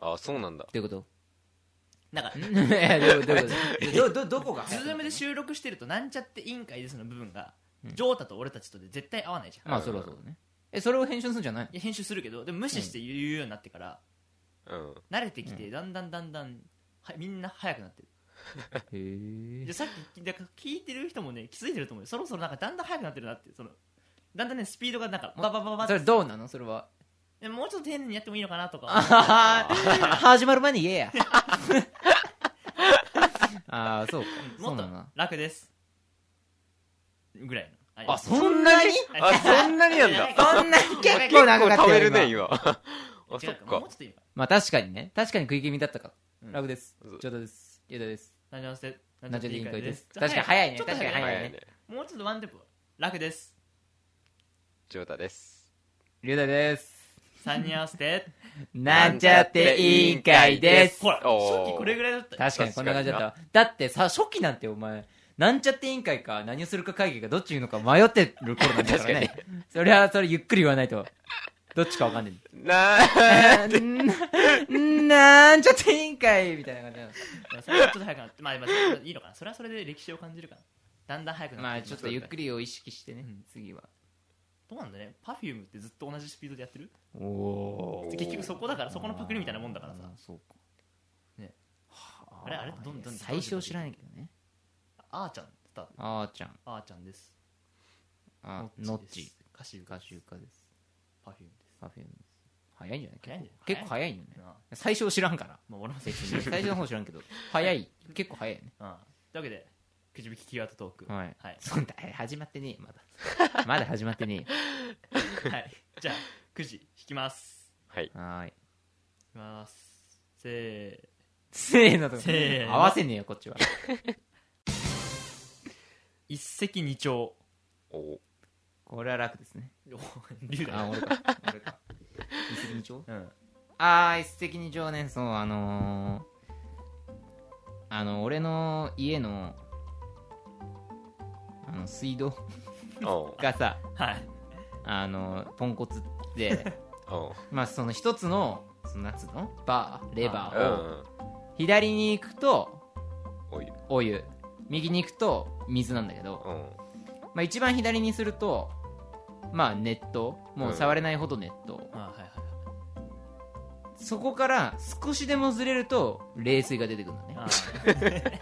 [SPEAKER 3] あそうなんだ
[SPEAKER 4] どういうこと
[SPEAKER 2] なんか
[SPEAKER 4] んいやどういう ことどどどこが
[SPEAKER 2] ズームで収録してるとなんちゃって委員会ですの部分が、
[SPEAKER 4] うん
[SPEAKER 2] ジョータと俺たちとで絶対合わないじゃん、
[SPEAKER 4] まあそれはそうだねえそれを編集するんじゃないの
[SPEAKER 2] いや編集するけどでも無視して言うようになってから、
[SPEAKER 3] うん
[SPEAKER 2] 慣れてきて、だんだんだんだんはみんな早くなってる
[SPEAKER 4] へ
[SPEAKER 2] で
[SPEAKER 4] え
[SPEAKER 2] さっきだから聞いてる人もね気づいてると思うよそろそろなんかだんだん早くなってるなってそのだんだんねスピードがなんかバババババっ
[SPEAKER 4] そ
[SPEAKER 2] て
[SPEAKER 4] れどうなのそれは
[SPEAKER 2] でもうちょっと丁寧にやってもいいのかなとか
[SPEAKER 4] あー 始まる前に言えや ああそうかそ
[SPEAKER 2] も
[SPEAKER 4] う
[SPEAKER 2] っと
[SPEAKER 4] なんだ
[SPEAKER 2] 楽ですぐらいの
[SPEAKER 3] あ
[SPEAKER 4] そんなに
[SPEAKER 3] あそんなになんだ
[SPEAKER 4] そんなに結構長か
[SPEAKER 3] 食
[SPEAKER 4] った
[SPEAKER 3] べ
[SPEAKER 4] よ
[SPEAKER 3] るね
[SPEAKER 4] 今
[SPEAKER 3] 今あそ
[SPEAKER 2] 違
[SPEAKER 3] っ
[SPEAKER 2] うか
[SPEAKER 3] か
[SPEAKER 2] もうちょっといいのか
[SPEAKER 4] まあ確かにね確かに食い気味だったか
[SPEAKER 2] うん
[SPEAKER 4] 楽です
[SPEAKER 3] そう
[SPEAKER 4] ちょうどですゆうだです
[SPEAKER 2] 何でもして
[SPEAKER 4] なんちゃって委員会です
[SPEAKER 2] じゃあ
[SPEAKER 4] 確かに早いね
[SPEAKER 2] ちょっと
[SPEAKER 4] 確かに
[SPEAKER 3] 早
[SPEAKER 4] 早
[SPEAKER 3] い
[SPEAKER 4] い
[SPEAKER 3] ね
[SPEAKER 4] ね
[SPEAKER 2] もうちょっとワンテンポ楽です
[SPEAKER 3] ジョータです
[SPEAKER 4] ゆうだです
[SPEAKER 2] 3人合わせ て
[SPEAKER 4] なんちゃって委員会です
[SPEAKER 2] ほら
[SPEAKER 3] おー
[SPEAKER 2] 初期これぐらいだったよ
[SPEAKER 4] 確かにこんな感じだったわだってさ初期なんてお前なんちゃって委員会か何をするか会議かどっち言うのか迷ってる頃なんだから ねそれはそれゆっくり言わないとどっちかわか んない
[SPEAKER 3] な
[SPEAKER 4] えーんなんちゃって委員会みたいな感じなの
[SPEAKER 2] まあそれはちょっと早くなって、まあ、まあいいのかな、それはそれで歴史を感じるかな。だんだん早くなって
[SPEAKER 4] まあちょっとゆっく
[SPEAKER 2] り。
[SPEAKER 4] りを意識してね
[SPEAKER 2] うん
[SPEAKER 4] 次は
[SPEAKER 2] どうなんだね、パフュームってずっと同じスピードでやってる
[SPEAKER 4] おお
[SPEAKER 3] ー
[SPEAKER 2] 結局そこだから、そこのパクリみたいなもんだからさ
[SPEAKER 4] あ。ーそうか
[SPEAKER 2] ね
[SPEAKER 4] は
[SPEAKER 2] あれあれどんどんどんどん
[SPEAKER 4] 最初知らないけどね
[SPEAKER 2] あーちゃんって言った
[SPEAKER 4] あーちゃん
[SPEAKER 2] あーちゃんです
[SPEAKER 4] あノッ
[SPEAKER 2] で
[SPEAKER 4] チ
[SPEAKER 2] す歌手
[SPEAKER 4] 歌手家です
[SPEAKER 2] パフュームです
[SPEAKER 4] パフュームです早いんじゃない
[SPEAKER 2] 早いんじゃない
[SPEAKER 4] 結構早いよね
[SPEAKER 2] なあ
[SPEAKER 4] 最初知ら んから
[SPEAKER 2] まあ俺も
[SPEAKER 4] 最
[SPEAKER 2] 説明し
[SPEAKER 4] 初の方知らんけど早い結構早いよね
[SPEAKER 2] うんというわけでくじ引きキーワードトーク
[SPEAKER 4] はい
[SPEAKER 2] はい
[SPEAKER 4] そんな始まってねえよ まだまだ始まってねえよ
[SPEAKER 2] はいじゃあくじ引きます
[SPEAKER 3] はい
[SPEAKER 4] はーい
[SPEAKER 2] 引きますせー
[SPEAKER 4] せーのとか
[SPEAKER 2] せーの
[SPEAKER 4] 合わせねえよこっちは
[SPEAKER 2] 一石二鳥
[SPEAKER 3] お
[SPEAKER 4] これは楽ですね
[SPEAKER 2] お龍だ
[SPEAKER 4] あ
[SPEAKER 2] よ
[SPEAKER 4] 俺か俺か一石二鳥
[SPEAKER 2] うん
[SPEAKER 4] あー一石二鳥ねそうあのー、あの俺の家のあの水道
[SPEAKER 3] お
[SPEAKER 4] がさ
[SPEAKER 2] はい
[SPEAKER 4] あのポンコツ で
[SPEAKER 3] お
[SPEAKER 4] まあその一つのそのなんつうのバーレバ
[SPEAKER 3] う
[SPEAKER 4] ーを
[SPEAKER 3] ん
[SPEAKER 4] 左に行くと
[SPEAKER 3] おい
[SPEAKER 4] お湯右に行くと水なんだけど、
[SPEAKER 3] うん
[SPEAKER 4] まあ、一番左にするとまあ熱湯もう触れないほど熱湯、
[SPEAKER 2] あはいはい
[SPEAKER 4] そこから少しでもずれると冷水が出てくるのね
[SPEAKER 2] はいあ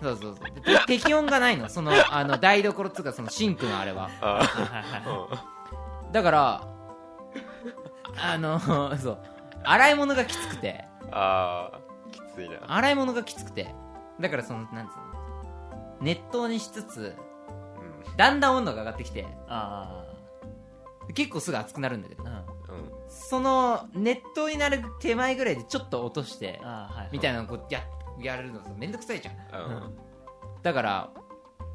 [SPEAKER 4] そうそうそうで適温がないのそのあの台所っつうかそのシンクのあれは
[SPEAKER 3] あ
[SPEAKER 2] ーはいはいはい
[SPEAKER 4] だからあのそう洗い物がきつくて
[SPEAKER 3] あーきついな
[SPEAKER 4] 洗い物がきつくてだからそのなんつうの熱湯にしつつ
[SPEAKER 3] うん
[SPEAKER 4] だんだん温度が上がってきて
[SPEAKER 2] あ
[SPEAKER 4] 結構すぐ熱くなるんだけど
[SPEAKER 2] ーうん
[SPEAKER 3] うん
[SPEAKER 4] その熱湯になる手前ぐらいでちょっと落として
[SPEAKER 2] あーはい
[SPEAKER 4] みたいなのこうややるのさめんどくさいじゃん
[SPEAKER 3] うん
[SPEAKER 4] だから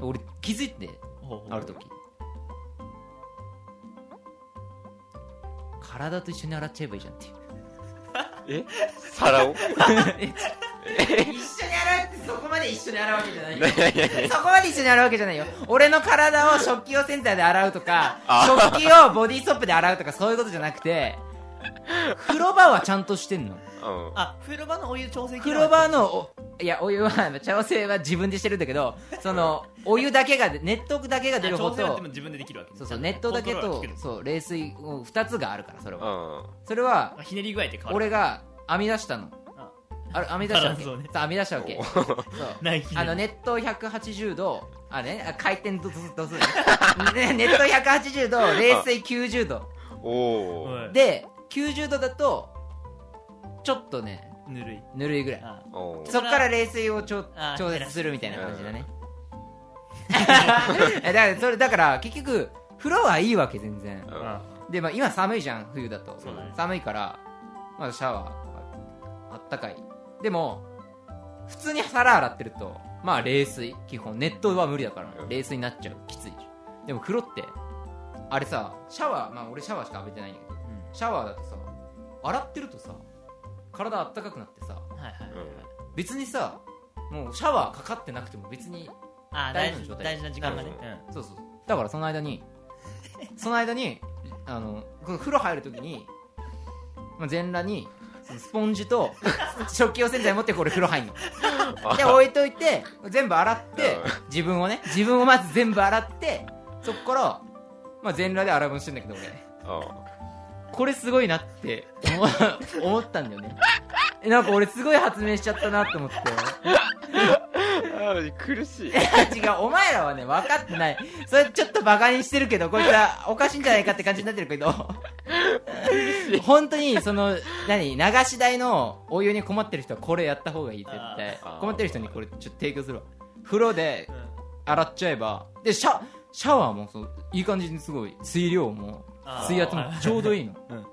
[SPEAKER 4] 俺気づいて
[SPEAKER 2] ほうほう
[SPEAKER 4] ある時体と一緒に洗っちゃえばいいじゃんっていう
[SPEAKER 3] え皿を
[SPEAKER 4] 一緒に洗うってそこまで一緒に洗うわけじゃないよそこまで一緒に洗うわけじゃないよ俺の体を食器用センターで洗うとか
[SPEAKER 3] あ
[SPEAKER 4] 食器をボディーソープで洗うとかそういうことじゃなくて風呂場はちゃんとしてんの
[SPEAKER 3] うん
[SPEAKER 2] あ風呂場のお湯調整機
[SPEAKER 4] 風
[SPEAKER 2] 能
[SPEAKER 4] 呂場のおいやお湯は調整は自分でしてるんだけどそのお湯だけが熱湯だけが出るほ
[SPEAKER 2] 調整なんて
[SPEAKER 4] ど
[SPEAKER 2] も自分でできるわけね
[SPEAKER 4] そうそ
[SPEAKER 2] ちゃ
[SPEAKER 4] うん
[SPEAKER 2] ね
[SPEAKER 4] 熱湯だけ
[SPEAKER 2] コントローラー
[SPEAKER 4] と
[SPEAKER 2] つけるんです
[SPEAKER 4] そう冷水を2つがあるからそれ
[SPEAKER 3] う
[SPEAKER 4] は
[SPEAKER 3] ん
[SPEAKER 4] それは
[SPEAKER 2] あひねり具合で変わる
[SPEAKER 4] 俺が編み出したの
[SPEAKER 2] あ
[SPEAKER 4] あれ編み出したわけ
[SPEAKER 2] バ
[SPEAKER 4] そ
[SPEAKER 2] ランスを
[SPEAKER 4] う
[SPEAKER 2] ね
[SPEAKER 4] 編み出したわけそう
[SPEAKER 2] ないひねり
[SPEAKER 4] あの熱湯180度あれねあ回転ドスドスね ね熱湯180度冷水90度
[SPEAKER 3] おお
[SPEAKER 2] はい
[SPEAKER 4] で90度だとちょっとね
[SPEAKER 2] ぬるい
[SPEAKER 4] ぬるいぐらい
[SPEAKER 2] あ
[SPEAKER 3] おー
[SPEAKER 4] そっから冷水をちょ
[SPEAKER 2] あー
[SPEAKER 4] 調節するみたいな感じだね。 えだからそれだから結局風呂はいいわけ全然
[SPEAKER 3] う。
[SPEAKER 2] ー
[SPEAKER 3] ん
[SPEAKER 4] でまあ今寒いじゃん冬だと
[SPEAKER 2] そうだね
[SPEAKER 4] 寒いからまあシャワーとかあったかい。でも普通に皿洗ってるとまあ冷水基本熱湯は無理だから
[SPEAKER 3] うん
[SPEAKER 4] 冷水になっちゃうきついじゃん。でも風呂ってあれさシャワーまあ俺シャワーしか浴びてないんだけど
[SPEAKER 2] うん
[SPEAKER 4] シャワーだとさ洗ってるとさ体あったかくなってさ
[SPEAKER 2] はいはいはいはい
[SPEAKER 3] うん
[SPEAKER 4] 別にさもうシャワーかかってなくても別に
[SPEAKER 2] あー大
[SPEAKER 4] 大丈夫
[SPEAKER 2] 事
[SPEAKER 4] 状態
[SPEAKER 2] 大事な時間がね
[SPEAKER 3] う
[SPEAKER 4] そうそうだからその間にその間にあのこの風呂入るときにまあ全裸にそのスポンジと食器用洗剤持ってこれ風呂入んので置いといて全部洗って
[SPEAKER 3] う
[SPEAKER 4] 自分をね自分をまず全部洗ってそこから、まあ、全裸で洗い物してんだけど俺これすごいなって思思ったんだよねえなんか俺すごい発明しちゃったなって思って
[SPEAKER 3] うんあー苦しい
[SPEAKER 4] 違う、お前らはね、分かってない。それちょっとバカにしてるけど、こいつはおかしいんじゃないかって感じになってるけど、本当に、その、何、流し台のお湯に困ってる人はこれやった方がいい、絶対
[SPEAKER 3] あー。
[SPEAKER 4] 困ってる人にこれちょっと提供するわ。風呂で
[SPEAKER 2] うんうん
[SPEAKER 4] 洗っちゃえば、で、シャ、シャワーもそう、いい感じにすごい、水量も、
[SPEAKER 2] あー
[SPEAKER 4] 水圧もちょうどいいの。
[SPEAKER 2] うん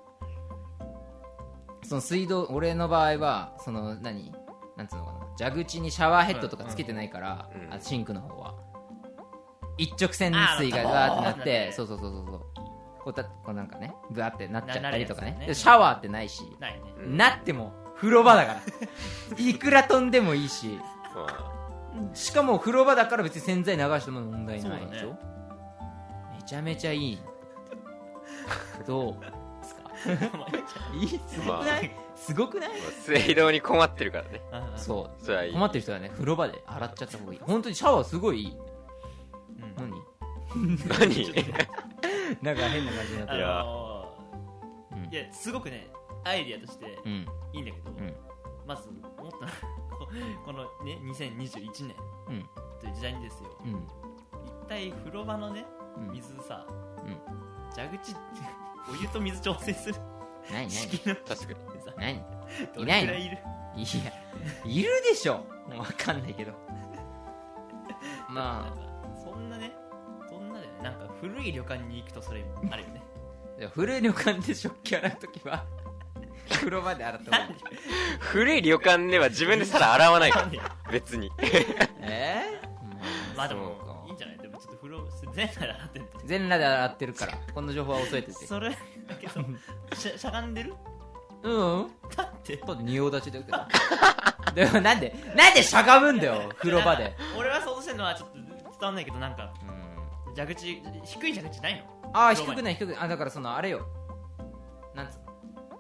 [SPEAKER 4] その水道、俺の場合は、その、何なんつうのかな。蛇口にシャワーヘッドとかつけてないから、
[SPEAKER 3] うんうん
[SPEAKER 4] あシンクの方は。一直線に水
[SPEAKER 2] あ
[SPEAKER 4] が
[SPEAKER 2] ー
[SPEAKER 4] わーってな
[SPEAKER 2] ドボーン
[SPEAKER 4] っ
[SPEAKER 2] って
[SPEAKER 4] て
[SPEAKER 2] ね、
[SPEAKER 4] そうそうそうそうそう。こうた、こうなんかね、ぶわってなっちゃったりとか
[SPEAKER 2] ななるやつだ
[SPEAKER 4] ね。
[SPEAKER 2] ね
[SPEAKER 4] でシャワーってないし、
[SPEAKER 2] ないね
[SPEAKER 3] うん
[SPEAKER 4] なっても風呂場だから。いくら飛んでもいいし、
[SPEAKER 3] ま
[SPEAKER 4] しかも風呂場だから別に洗剤流しても問題ないでし
[SPEAKER 2] そ
[SPEAKER 4] ょ、
[SPEAKER 2] うだ
[SPEAKER 4] めちゃめちゃいい。どうですかいいすごくない、すごくない
[SPEAKER 3] あ水道に困ってるからね
[SPEAKER 2] あー
[SPEAKER 4] そう。
[SPEAKER 3] それはいい
[SPEAKER 4] 困ってる人はね風呂場で洗っちゃった方がいい本当にシャワーすごいいい
[SPEAKER 2] うん
[SPEAKER 4] 何
[SPEAKER 3] 何
[SPEAKER 4] なんか変な感じになって
[SPEAKER 2] あ
[SPEAKER 4] る
[SPEAKER 3] や
[SPEAKER 2] のーいやすごくねアイディアとして
[SPEAKER 4] うん
[SPEAKER 2] いいんだけど、
[SPEAKER 4] ん
[SPEAKER 2] まず思ったのは このね2021年
[SPEAKER 4] うん
[SPEAKER 2] という時代にですよ
[SPEAKER 4] うん
[SPEAKER 2] 一体風呂場のね
[SPEAKER 4] うん
[SPEAKER 2] 水さ、
[SPEAKER 4] うん
[SPEAKER 2] 蛇口 お湯と水調整する
[SPEAKER 4] 何
[SPEAKER 2] 式の
[SPEAKER 3] 確かに
[SPEAKER 2] 人さ
[SPEAKER 4] 何
[SPEAKER 2] どれくらいいる
[SPEAKER 4] 何いやいるでしょわかんないけど
[SPEAKER 2] な
[SPEAKER 4] ま
[SPEAKER 2] んかそんなねそんなでねなんか古い旅館に行くとそれあるよね
[SPEAKER 4] あでも古い旅館で食器洗う時は風呂場で洗った方がいい
[SPEAKER 3] 古い旅館では自分で皿洗わないか
[SPEAKER 2] なんで
[SPEAKER 3] ら別に
[SPEAKER 4] えー、
[SPEAKER 2] まあで
[SPEAKER 3] そう
[SPEAKER 2] も
[SPEAKER 4] か
[SPEAKER 2] いいんじゃないでもちょっと風呂全裸で洗ってんだよ
[SPEAKER 4] 全裸で洗ってるからこの情報は遅れてて
[SPEAKER 2] それだけどしゃしゃがんでる
[SPEAKER 4] うん
[SPEAKER 2] だって
[SPEAKER 4] だって仁王立ちだけどでもなんでなんでしゃがむんだよ風呂場で
[SPEAKER 2] 俺は想像してるのはちょっと伝わんないけどなんか
[SPEAKER 4] うん
[SPEAKER 2] 蛇口低い蛇口ないの
[SPEAKER 4] ああ低くない低くないあだからそのあれよなんつうの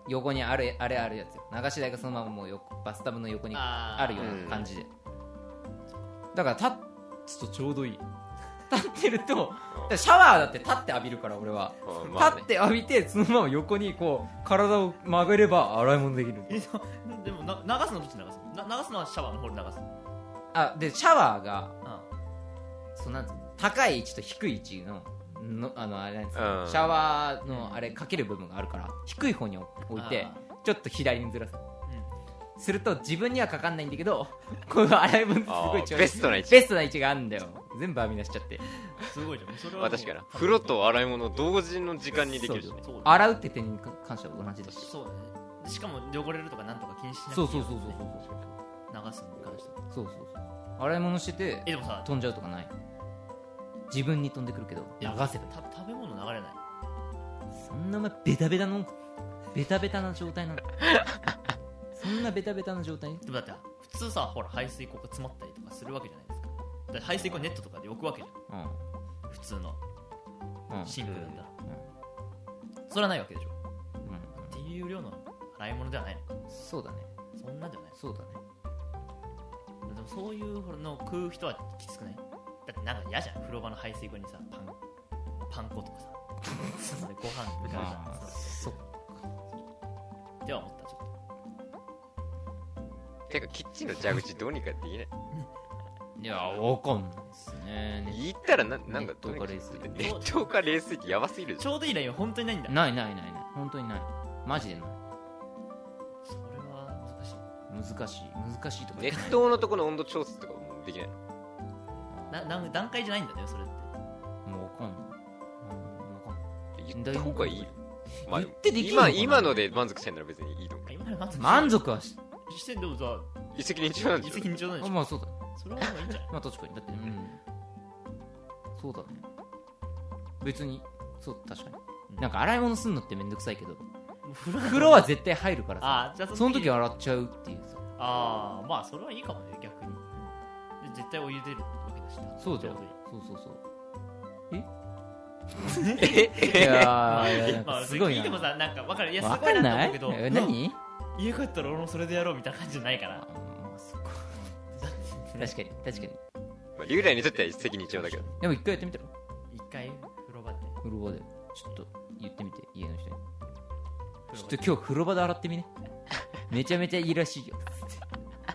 [SPEAKER 4] 横にあれあれあるやつよ流し台がそのままもうよバスタブの横に
[SPEAKER 2] あー
[SPEAKER 4] あるような感じでだから立つとちょうどいい 立ってるとだからシャワーだって立って浴びるから俺は
[SPEAKER 3] うんまあね
[SPEAKER 4] 立って浴びてそのまま横にこう体を曲げれば洗い物できる
[SPEAKER 2] えそうでもな流すのどっち流すのな流すのはシャワーの方で流すの
[SPEAKER 4] あでシャワーが
[SPEAKER 2] あ
[SPEAKER 4] そのなんつうの高い位置と低い位置ののあのあれなんですよ
[SPEAKER 3] うん
[SPEAKER 4] シャワーのあれかける部分があるから低い方に置いて
[SPEAKER 2] あ
[SPEAKER 4] ちょっと左にずらす、すると自分にはかかんないんだけど この洗い物す
[SPEAKER 3] あ
[SPEAKER 4] ごい
[SPEAKER 3] ーベストな位置
[SPEAKER 4] ベストな位置があるんだよ全部網出しちゃって
[SPEAKER 2] すごいじゃんそれは
[SPEAKER 3] ま
[SPEAKER 2] も
[SPEAKER 3] あ
[SPEAKER 2] う
[SPEAKER 3] 確かに風呂と洗い物を同時の時間にできるしね
[SPEAKER 2] そうだね
[SPEAKER 4] 洗うって点に関しては同じだし
[SPEAKER 2] そうだねでしかも汚れるとかなんとか気にしなくてい
[SPEAKER 4] そ
[SPEAKER 2] いう
[SPEAKER 4] そう
[SPEAKER 2] よ
[SPEAKER 4] そうそう
[SPEAKER 2] ね
[SPEAKER 4] そう
[SPEAKER 2] 流すのに関しては
[SPEAKER 4] そうそうそう洗い物してて
[SPEAKER 2] えでもさ
[SPEAKER 4] 飛んじゃうとかない自分に飛んでくるけど流せば
[SPEAKER 2] た食べ物流れない
[SPEAKER 4] そんなお前ベタベタのベタベタな状態なの そんなベタベタな状態
[SPEAKER 2] でもだって普通さほら排水口が詰まったりとかするわけじゃないですかだって排水口ネットとかで置くわけじゃ
[SPEAKER 4] うん
[SPEAKER 2] ん普通の
[SPEAKER 4] うん
[SPEAKER 2] シンクだったら、それはないわけでしょ
[SPEAKER 4] う
[SPEAKER 2] っていう量の洗い物ではないのか
[SPEAKER 4] んそうだね
[SPEAKER 2] そんなんじゃない
[SPEAKER 4] そうだね
[SPEAKER 2] でもそういうの食う人はきつくないだってなんか嫌じゃん風呂場の排水口にさパンパン粉とか さそうねご飯浮かぶじゃんそ
[SPEAKER 4] そっ
[SPEAKER 2] うっては思ったちょって
[SPEAKER 3] かキッチンの蛇口どうにかできない
[SPEAKER 4] いやわかんないですね
[SPEAKER 3] 言ったらななんかどうに
[SPEAKER 4] 熱湯か冷
[SPEAKER 2] 水
[SPEAKER 3] 熱湯か冷水ってやばすぎる
[SPEAKER 2] と
[SPEAKER 3] でし
[SPEAKER 2] ち
[SPEAKER 3] ょ
[SPEAKER 2] ょうどいいラインは本当にないんだ
[SPEAKER 4] ないないないない本当にないマジでない
[SPEAKER 2] それは難しい
[SPEAKER 4] 難しい難しいとか言って
[SPEAKER 3] 熱湯のとこの温度調節とかもできないの
[SPEAKER 2] なな段階じゃないんだねそれって
[SPEAKER 4] もうわかんないうんわかんない
[SPEAKER 3] 言った方がいいよまあでも
[SPEAKER 4] 言ってできるのか
[SPEAKER 3] 今
[SPEAKER 4] な
[SPEAKER 3] 今ので満足してんなら別にいいと思う
[SPEAKER 2] 今まで満足
[SPEAKER 4] 満足はし
[SPEAKER 2] してんでもさ
[SPEAKER 3] 一石二鳥なんで
[SPEAKER 2] 一
[SPEAKER 3] しょ
[SPEAKER 2] 石二鳥なんで
[SPEAKER 4] あ
[SPEAKER 2] しょ
[SPEAKER 4] まあそうだ
[SPEAKER 2] それはもういいん じゃない
[SPEAKER 4] まあ確かにだってうんそうだね別にそう確か
[SPEAKER 2] うん
[SPEAKER 4] になんか洗い物すんのってめんどくさいけど
[SPEAKER 2] もう風呂
[SPEAKER 4] 風呂は絶対入るからさ
[SPEAKER 2] あーじゃあ
[SPEAKER 4] その時
[SPEAKER 2] は
[SPEAKER 4] 洗っちゃうっていうさ
[SPEAKER 2] ああまあそれはいいかもね逆にで絶対お湯出るわけだしな
[SPEAKER 4] そうだ
[SPEAKER 2] ちょ
[SPEAKER 4] よ
[SPEAKER 2] どいい
[SPEAKER 4] そうそうそう い
[SPEAKER 3] え
[SPEAKER 4] やーいやなん
[SPEAKER 2] ま
[SPEAKER 4] か
[SPEAKER 2] あ
[SPEAKER 4] すごい
[SPEAKER 2] 聞いても
[SPEAKER 4] な。
[SPEAKER 2] さなんかわかるいや
[SPEAKER 4] わ
[SPEAKER 2] す
[SPEAKER 4] か
[SPEAKER 2] ごい
[SPEAKER 4] ん
[SPEAKER 2] な
[SPEAKER 4] ない
[SPEAKER 2] と思うけ
[SPEAKER 4] え
[SPEAKER 2] ど
[SPEAKER 4] 何
[SPEAKER 2] うん家帰ったら俺もそれでやろうみたいな感じじゃないか
[SPEAKER 4] あ
[SPEAKER 2] ら
[SPEAKER 4] まあそっか確かに、確かに。
[SPEAKER 3] まあ龍大にとっては一石二鳥だけど
[SPEAKER 4] でも一回やってみたら
[SPEAKER 2] 一回風呂場で
[SPEAKER 4] 風呂場で。ちょっと言ってみて、家の人に。
[SPEAKER 2] 風呂場
[SPEAKER 4] ちょっ
[SPEAKER 2] で
[SPEAKER 4] と今日風呂場で洗ってみね。めちゃめちゃいいらしいよ。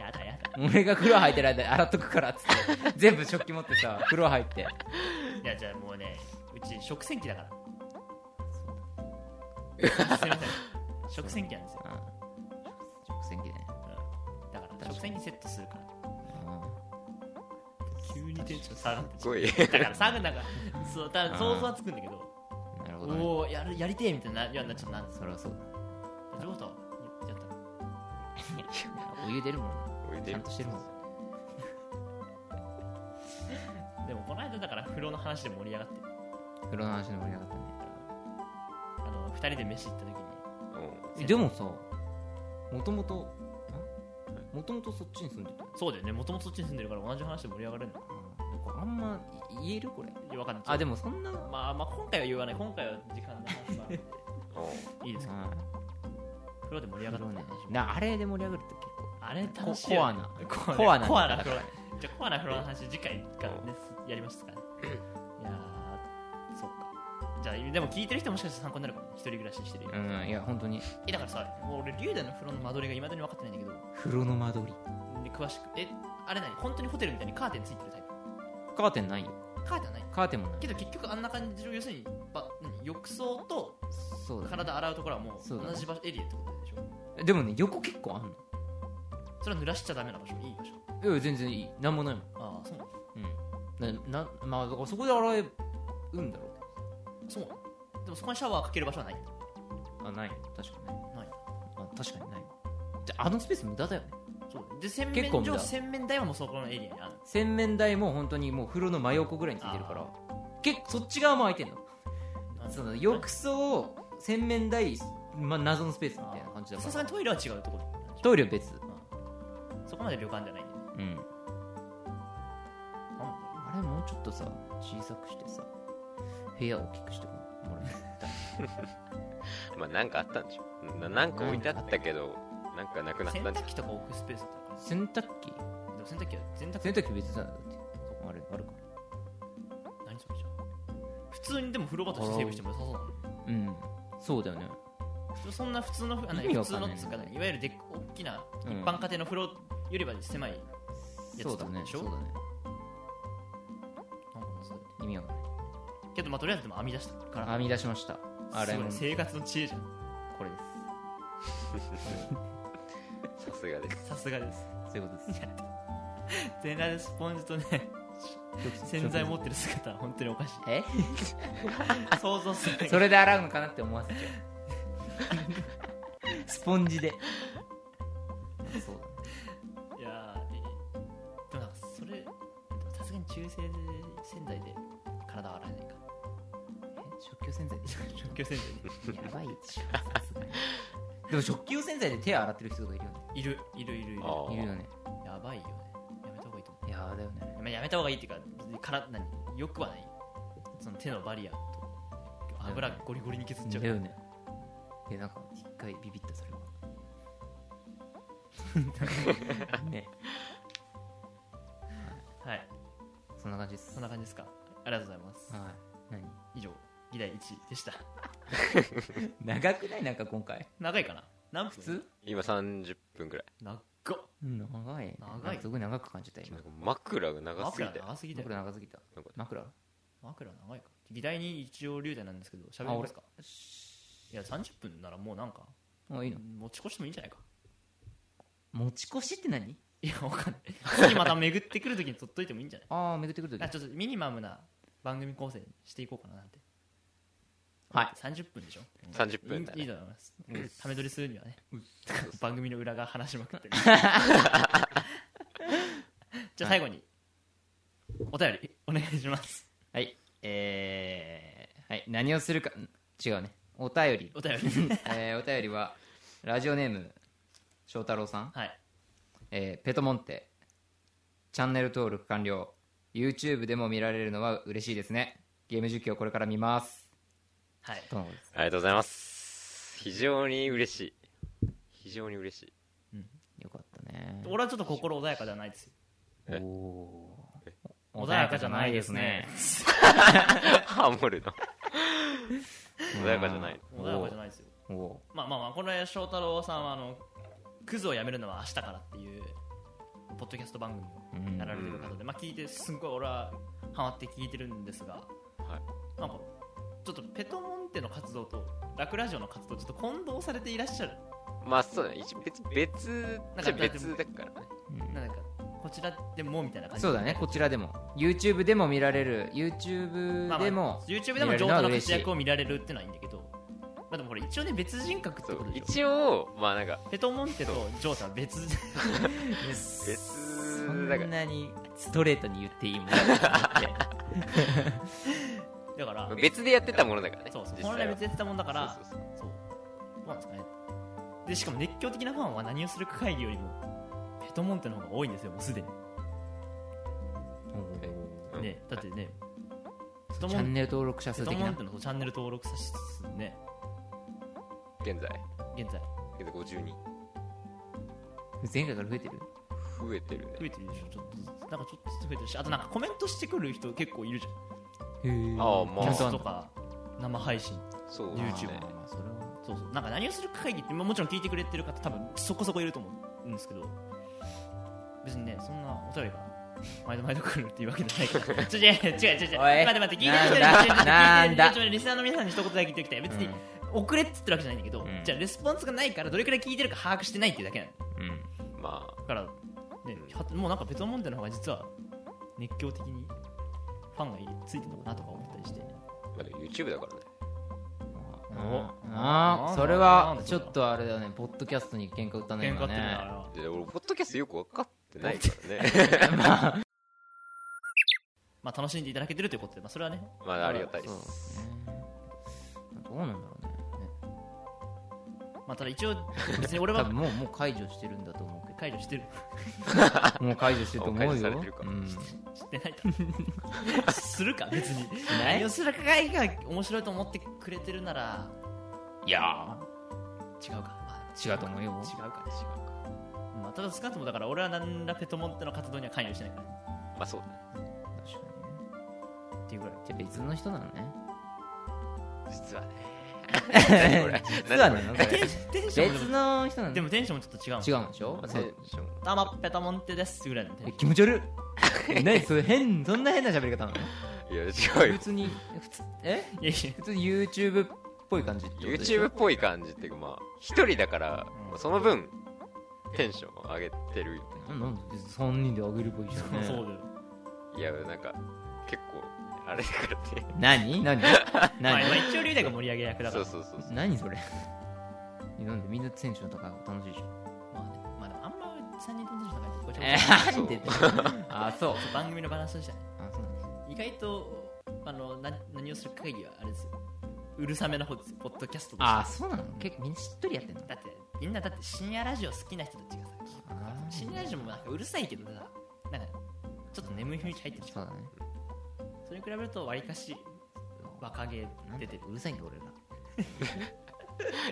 [SPEAKER 2] やだやだ
[SPEAKER 4] 俺が風呂入ってる間洗っとくからっつって。全部食器持ってさ、風呂入って。
[SPEAKER 2] いやじゃあもうねうち食洗機だ からすいません食洗機なんですよ
[SPEAKER 4] うん食洗機ね。
[SPEAKER 2] だから
[SPEAKER 4] かに
[SPEAKER 2] 食洗機セットするから
[SPEAKER 4] う
[SPEAKER 2] 急にテンション下がって
[SPEAKER 3] すご い
[SPEAKER 2] だから下がるなんかそうだから想像はつくんだけど
[SPEAKER 4] んなるほどね。
[SPEAKER 2] おおやるやりてえみたいなようになっちゃったんです
[SPEAKER 4] それはそうだ。
[SPEAKER 2] ジョータはやったの
[SPEAKER 4] お湯出るもん
[SPEAKER 3] おい
[SPEAKER 4] な。
[SPEAKER 3] で
[SPEAKER 4] ちゃんとしてるもん。
[SPEAKER 2] でもこの間だから風呂の話で盛り上がって
[SPEAKER 4] 風呂の話で盛り上がったね。
[SPEAKER 2] あの二人で飯行った時に
[SPEAKER 3] うん
[SPEAKER 4] えでもさもともともともとそっちに住んでたよ
[SPEAKER 2] そうだよねもともとそっちに住んでるから同じ話で盛り上がれるの
[SPEAKER 4] なんかあんまい言えるこれ
[SPEAKER 2] いやわかんない
[SPEAKER 4] あでもそんな
[SPEAKER 2] まあまあ今回は言わない今回は時間の話もあるんでいいです か風呂で盛り上がった
[SPEAKER 4] うん
[SPEAKER 2] 話も
[SPEAKER 4] なあれで盛り上がると結構
[SPEAKER 2] あれ楽
[SPEAKER 4] こ
[SPEAKER 2] しいよね
[SPEAKER 4] コアな
[SPEAKER 2] コアなコ
[SPEAKER 4] コア
[SPEAKER 2] ア
[SPEAKER 4] な
[SPEAKER 2] な風呂じゃあコアな風呂の話次回からねやりますからいやーそっかじだからでも聞いてる人もしかしたら参考になるかも一人暮らししてる、
[SPEAKER 4] うんいや本当に
[SPEAKER 2] えだからさ俺龍大の風呂の間取りがいまだに分かってないんだけど
[SPEAKER 4] 風呂の間取り
[SPEAKER 2] で詳しくえあれ何本当にホテルみたいにカーテンついてるタイ
[SPEAKER 4] カーテンないよ
[SPEAKER 2] プカーテンはない
[SPEAKER 4] カーテンもない
[SPEAKER 2] けど結局あんな感じの要するにば何浴槽と
[SPEAKER 4] そうだ、ね、
[SPEAKER 2] 体洗うところはもう
[SPEAKER 4] そうだね
[SPEAKER 2] 同じ場所エリアってことでしょ
[SPEAKER 4] でもね横結構あんの
[SPEAKER 2] それは濡らしちゃダメな場所いい場所
[SPEAKER 4] いや全然いいなんもないもん
[SPEAKER 2] ああそうなの
[SPEAKER 4] うんななまあだからそこで洗えうんだろ
[SPEAKER 2] そうなのでもそこにシャワーかける場所はないんだ
[SPEAKER 4] うあない確かにない
[SPEAKER 2] ない
[SPEAKER 4] あ確かにないわじゃああのスペース無駄だよね
[SPEAKER 2] そうだねで洗
[SPEAKER 4] 結構
[SPEAKER 2] 面
[SPEAKER 4] 無
[SPEAKER 2] 所
[SPEAKER 4] 駄
[SPEAKER 2] 洗面台はもうそこのエリアにある
[SPEAKER 4] 洗面台も本当にもう風呂の真横ぐらいについてるから結構そっち側も空いてんのその浴槽洗面台、まあ、謎のスペースみたいな感じだ
[SPEAKER 2] さ
[SPEAKER 4] か
[SPEAKER 2] すが
[SPEAKER 4] ら
[SPEAKER 2] にトイレは違うところ
[SPEAKER 4] トイレは別
[SPEAKER 2] そこまで旅館じゃないんだよね
[SPEAKER 4] うんあれもうちょっとさ小さくしてさ部屋を大きくしてもらえない
[SPEAKER 3] まあなんかあったんでしょななんか置いてあったけどなんかなくなった
[SPEAKER 2] 洗
[SPEAKER 3] んじゃ
[SPEAKER 2] 濯機とか置くスペースってある
[SPEAKER 4] 洗濯機
[SPEAKER 2] からでも洗濯機は洗濯
[SPEAKER 4] 洗濯機別だなだってあれあるか
[SPEAKER 2] 何それじゃあ普通にでも風呂場としてセーブしても良さそうなの
[SPEAKER 4] らうんそうだよね
[SPEAKER 2] そんな普通のあの
[SPEAKER 4] 意味
[SPEAKER 2] 普
[SPEAKER 4] わ
[SPEAKER 2] 通
[SPEAKER 4] かん
[SPEAKER 2] の
[SPEAKER 4] ない
[SPEAKER 2] っつうかいわゆるでっ大きな
[SPEAKER 4] うん
[SPEAKER 2] 一般家庭の風呂よりは狭いや
[SPEAKER 4] そ
[SPEAKER 2] つ
[SPEAKER 4] う
[SPEAKER 2] と
[SPEAKER 4] だ
[SPEAKER 2] か
[SPEAKER 4] ね
[SPEAKER 2] でし
[SPEAKER 4] そ
[SPEAKER 2] ょ
[SPEAKER 4] うだね
[SPEAKER 2] なんか謎だよ
[SPEAKER 4] 意味わかんない
[SPEAKER 2] けどまあとりあえずでも編み出したから
[SPEAKER 4] 編み出しましたあれ
[SPEAKER 2] すご
[SPEAKER 4] も
[SPEAKER 2] い生活の知恵じゃん
[SPEAKER 4] これです
[SPEAKER 3] さすがです
[SPEAKER 2] さすがです
[SPEAKER 4] そういうことです
[SPEAKER 2] 全裸でスポンジとね洗剤持ってる姿は本当におかしい
[SPEAKER 4] え
[SPEAKER 2] 想像するだけ
[SPEAKER 4] それで洗うのかなって思わせちゃ うスポンジでそう
[SPEAKER 2] いやーいいでもなんかそれでもさすがに中性で洗剤で体は洗えないか
[SPEAKER 4] だねえ食器用洗剤でし
[SPEAKER 2] 食器用洗剤で
[SPEAKER 4] ょやばいでしょさすがにでも食器用洗剤で手洗ってる人とかいるよね
[SPEAKER 2] いるいるいるいる
[SPEAKER 3] ああ
[SPEAKER 4] いるよね
[SPEAKER 2] やばいよねやめた方がいいと思う
[SPEAKER 4] いやーだよね
[SPEAKER 2] まあやめた方がいいっていうか別にから何よくはないその手のバリアと油ゴリゴリに削っちゃう
[SPEAKER 4] だよねいやなんか一回ビビったそれは ね
[SPEAKER 2] はい
[SPEAKER 4] そんな感じです
[SPEAKER 2] そんな感じですかありがとうございます
[SPEAKER 4] はい
[SPEAKER 2] 以上議題1でした
[SPEAKER 4] 何長くないなんか今回
[SPEAKER 2] 長いかな何分
[SPEAKER 4] 普通
[SPEAKER 3] 今30分ぐらい
[SPEAKER 2] 長っ
[SPEAKER 4] 長い
[SPEAKER 2] 長い
[SPEAKER 4] なんかすごい長く感じた今
[SPEAKER 3] なんか枕が長すぎ
[SPEAKER 2] 枕
[SPEAKER 3] て
[SPEAKER 2] 長すぎだよ
[SPEAKER 4] 枕長すぎた
[SPEAKER 3] なんか
[SPEAKER 4] 枕
[SPEAKER 2] 枕長いか議題に一応流大なんですけど喋りますかいや30分ならもうなんか
[SPEAKER 4] あいいの
[SPEAKER 2] 持ち越してもいいんじゃないか
[SPEAKER 4] 持ち越しって何
[SPEAKER 2] いやわかんない次また巡ってくるときに取っといてもいいんじゃない
[SPEAKER 4] ああ巡ってくると
[SPEAKER 2] あちょっとミニマムな番組構成にしていこうかななんて
[SPEAKER 4] はい
[SPEAKER 2] 30分でしょ
[SPEAKER 3] 30分だ
[SPEAKER 2] いいいい
[SPEAKER 3] ね
[SPEAKER 2] と思いますため撮りするにはね 番組の裏側話しまくってる じゃあ最後にお便りお願いします
[SPEAKER 4] はいえー、はい何をするかん違うねお便り
[SPEAKER 2] お便り
[SPEAKER 4] えーお便りはラジオネーム翔太郎さん、
[SPEAKER 2] はい
[SPEAKER 4] えーペトモンテチャンネル登録完了 YouTube でも見られるのは嬉しいですねゲーム実況これから見ます
[SPEAKER 2] はい
[SPEAKER 4] とのことです
[SPEAKER 3] ありがとうございます非常に嬉しい非常に嬉しい
[SPEAKER 4] よかったね
[SPEAKER 2] 俺はちょっと心穏やかじゃないですよ
[SPEAKER 3] え
[SPEAKER 4] おお
[SPEAKER 3] え
[SPEAKER 4] ー穏やかじゃないですね
[SPEAKER 3] ハモるの 穏やかじゃない
[SPEAKER 2] 穏 やかじゃないですよ
[SPEAKER 4] おお
[SPEAKER 2] まあまあまあこれ翔太郎さんはあのクズをやめるのは明日からっていうポッドキャスト番組を
[SPEAKER 4] ーうん
[SPEAKER 2] やられてる方で、まあ聞いてすんごい俺はハマって聞いてるんですが
[SPEAKER 3] はい
[SPEAKER 2] なんかちょっとペトモンテの活動とラクラジオの活動ちょっと混同されていらっしゃる
[SPEAKER 3] まあそうだね一別別
[SPEAKER 2] なん
[SPEAKER 3] じ
[SPEAKER 2] か
[SPEAKER 3] ゃ別だからね
[SPEAKER 4] うん
[SPEAKER 2] なんかこちらでもみたいな感じ
[SPEAKER 4] そうだねこちらでも YouTube でも見られる
[SPEAKER 2] ま
[SPEAKER 4] YouTube
[SPEAKER 2] あまあ
[SPEAKER 4] でも
[SPEAKER 2] YouTube でも上太の活躍を見られるっていうのはいいんだけどまあでもこれ一応ね別人格って
[SPEAKER 3] そう
[SPEAKER 2] ことでしょ
[SPEAKER 3] 一応まあなんか
[SPEAKER 2] ペトモンテとジョータは別
[SPEAKER 4] そ
[SPEAKER 3] 別
[SPEAKER 4] ん
[SPEAKER 3] だから
[SPEAKER 4] なにストレートに言っていい もん
[SPEAKER 2] だから
[SPEAKER 3] 別でやってたものだからね
[SPEAKER 2] そうそう
[SPEAKER 3] 実
[SPEAKER 2] 本
[SPEAKER 3] 際
[SPEAKER 2] 来
[SPEAKER 3] は
[SPEAKER 2] 別やってたもんだから
[SPEAKER 3] そうそう
[SPEAKER 2] そうどうなんですかねでしかも熱狂的なファンは何をするか会議よりもペトモンテの方が多いんですよもうすでに、
[SPEAKER 3] そう
[SPEAKER 2] ねだってねペト
[SPEAKER 4] チ
[SPEAKER 2] モ
[SPEAKER 4] ャン
[SPEAKER 2] ン
[SPEAKER 4] ネル登録者
[SPEAKER 2] ペ
[SPEAKER 4] 数
[SPEAKER 2] ト
[SPEAKER 4] 的
[SPEAKER 2] モン
[SPEAKER 4] な
[SPEAKER 2] テのチャンネル登録者数ね
[SPEAKER 3] うん現在
[SPEAKER 2] 現在
[SPEAKER 3] 現在50人
[SPEAKER 4] 前回から増えてる
[SPEAKER 3] 増えてる
[SPEAKER 2] 増
[SPEAKER 3] ね
[SPEAKER 2] えてるでしょちょっとずつなんかちょっとずつ増えてるしあとなんかコメントしてくる人結構いるじゃん
[SPEAKER 4] へえ
[SPEAKER 3] ああまあ
[SPEAKER 4] ちゃん
[SPEAKER 2] キ
[SPEAKER 4] と
[SPEAKER 2] ャス
[SPEAKER 4] あん
[SPEAKER 2] と
[SPEAKER 4] の
[SPEAKER 2] か生配信
[SPEAKER 3] そう
[SPEAKER 4] まあ
[SPEAKER 2] YouTube
[SPEAKER 3] ね
[SPEAKER 4] まあそれは
[SPEAKER 2] そうそうなんか何をするか会議ってまあもちろん聞いてくれてる方多分そこそこいると思うんですけど別にねそんなお便りが毎度毎度来るっていうわけじゃない からちょ違う違う違う違う
[SPEAKER 4] おい
[SPEAKER 2] 待って待って聞いてる人に
[SPEAKER 4] なん
[SPEAKER 2] ちょ
[SPEAKER 4] だ
[SPEAKER 2] ちょ
[SPEAKER 4] なんだ
[SPEAKER 2] ちょちょリスナーの皆さんに一言だけ言っておきたい別に遅れっつってるわけじゃないんだけど、
[SPEAKER 4] うん
[SPEAKER 2] じゃあレスポンスがないからどれくらい聞いてるか把握してないっていうだけなの
[SPEAKER 4] うん
[SPEAKER 3] まあ
[SPEAKER 2] だから、ね、はもうなんか別のもんでの方が実は熱狂的にファンがついてるのかなとか思ったりして
[SPEAKER 3] まあでも YouTube だからね
[SPEAKER 2] なん
[SPEAKER 4] あ
[SPEAKER 2] だ
[SPEAKER 4] あそれ
[SPEAKER 2] なん
[SPEAKER 4] は
[SPEAKER 2] だ
[SPEAKER 4] ちょっとあれだよねポッドキャストに喧嘩売ったね
[SPEAKER 2] 喧嘩
[SPEAKER 4] 今
[SPEAKER 2] ってるのはあれ
[SPEAKER 4] ね
[SPEAKER 2] は
[SPEAKER 3] で俺ポッドキャストよく分かってないか らね
[SPEAKER 2] まあ、楽しんでいただけてるということで、まあ、それはね
[SPEAKER 3] まあありがたいで
[SPEAKER 4] そうね
[SPEAKER 3] す
[SPEAKER 4] どうなんだろうね
[SPEAKER 2] まあ、ただ一応別に俺
[SPEAKER 4] 多
[SPEAKER 2] は
[SPEAKER 4] 分もうもう解除してるんだと思うけ
[SPEAKER 2] 解除してる
[SPEAKER 4] どもう解除してると思うよ
[SPEAKER 3] もう解除されてるか
[SPEAKER 4] うん
[SPEAKER 2] してないとするか別に
[SPEAKER 4] ない
[SPEAKER 2] 何をするかがいいが面白いと思ってくれてるなら
[SPEAKER 4] いや
[SPEAKER 2] 違うか、まあ、
[SPEAKER 4] 違うと思うよ
[SPEAKER 2] 違うか違うか、まあ、ただ少なくともだから俺は何らペトモンテの活動には関与してないからね
[SPEAKER 3] まあそうね
[SPEAKER 4] ー確かにね
[SPEAKER 2] っていうぐらい
[SPEAKER 4] じゃあ別の人なのね
[SPEAKER 3] 実はね
[SPEAKER 4] 実はなのこれ
[SPEAKER 2] テンションも
[SPEAKER 4] 別の人なの
[SPEAKER 2] でもテンションもちょっと違うもん
[SPEAKER 4] 違うんでしょ
[SPEAKER 3] テンション
[SPEAKER 2] どうもペトモンテですぐらいのテン
[SPEAKER 4] え
[SPEAKER 2] シ
[SPEAKER 4] 気持ち悪 い何それ変そんな変な喋り方なの
[SPEAKER 3] いや違う
[SPEAKER 4] 普
[SPEAKER 3] よ
[SPEAKER 4] 通に普通え
[SPEAKER 2] ョンいやいや
[SPEAKER 4] 普通に YouTube っぽい感じってことでしょ
[SPEAKER 3] YouTube っぽい感じっていうかまあ一人だから、まあその分テンション上げてるよね
[SPEAKER 4] なんなん別に3人であげればいいじゃん、ね、
[SPEAKER 2] そうだよ
[SPEAKER 3] いやなんか結構あれだからね
[SPEAKER 4] 何何
[SPEAKER 2] まあまあ
[SPEAKER 4] 何
[SPEAKER 2] 一応龍大が盛り上げ役だか
[SPEAKER 3] そ
[SPEAKER 2] ら
[SPEAKER 3] うそうそうそう
[SPEAKER 4] 何それいやなんでみんなテンション高い方楽しいじゃん
[SPEAKER 2] まあねまあでもあんま3人ともテンション高いってこれちょっと
[SPEAKER 4] えー、なんでだよあそう
[SPEAKER 2] 番組のバランスでしたね
[SPEAKER 4] あそうなんだ
[SPEAKER 2] 意外とあのな何をする限りはあれですようるさめの方ですよポッドキャストとして
[SPEAKER 4] あそうなの結構みんなしっとりやってんの
[SPEAKER 2] だってみんなだって深夜ラジオ好きな人たちがさ聞くか
[SPEAKER 4] あ
[SPEAKER 2] ら
[SPEAKER 4] ー
[SPEAKER 2] 深夜ラジオもなんかうるさいけどさなんかちょっと眠い雰囲気入ってるじゃ
[SPEAKER 4] そ
[SPEAKER 2] ん
[SPEAKER 4] うだね
[SPEAKER 2] それに比べるとわりかし若気
[SPEAKER 4] なん
[SPEAKER 2] 出
[SPEAKER 4] で
[SPEAKER 2] てる
[SPEAKER 4] うるさいんだ俺ら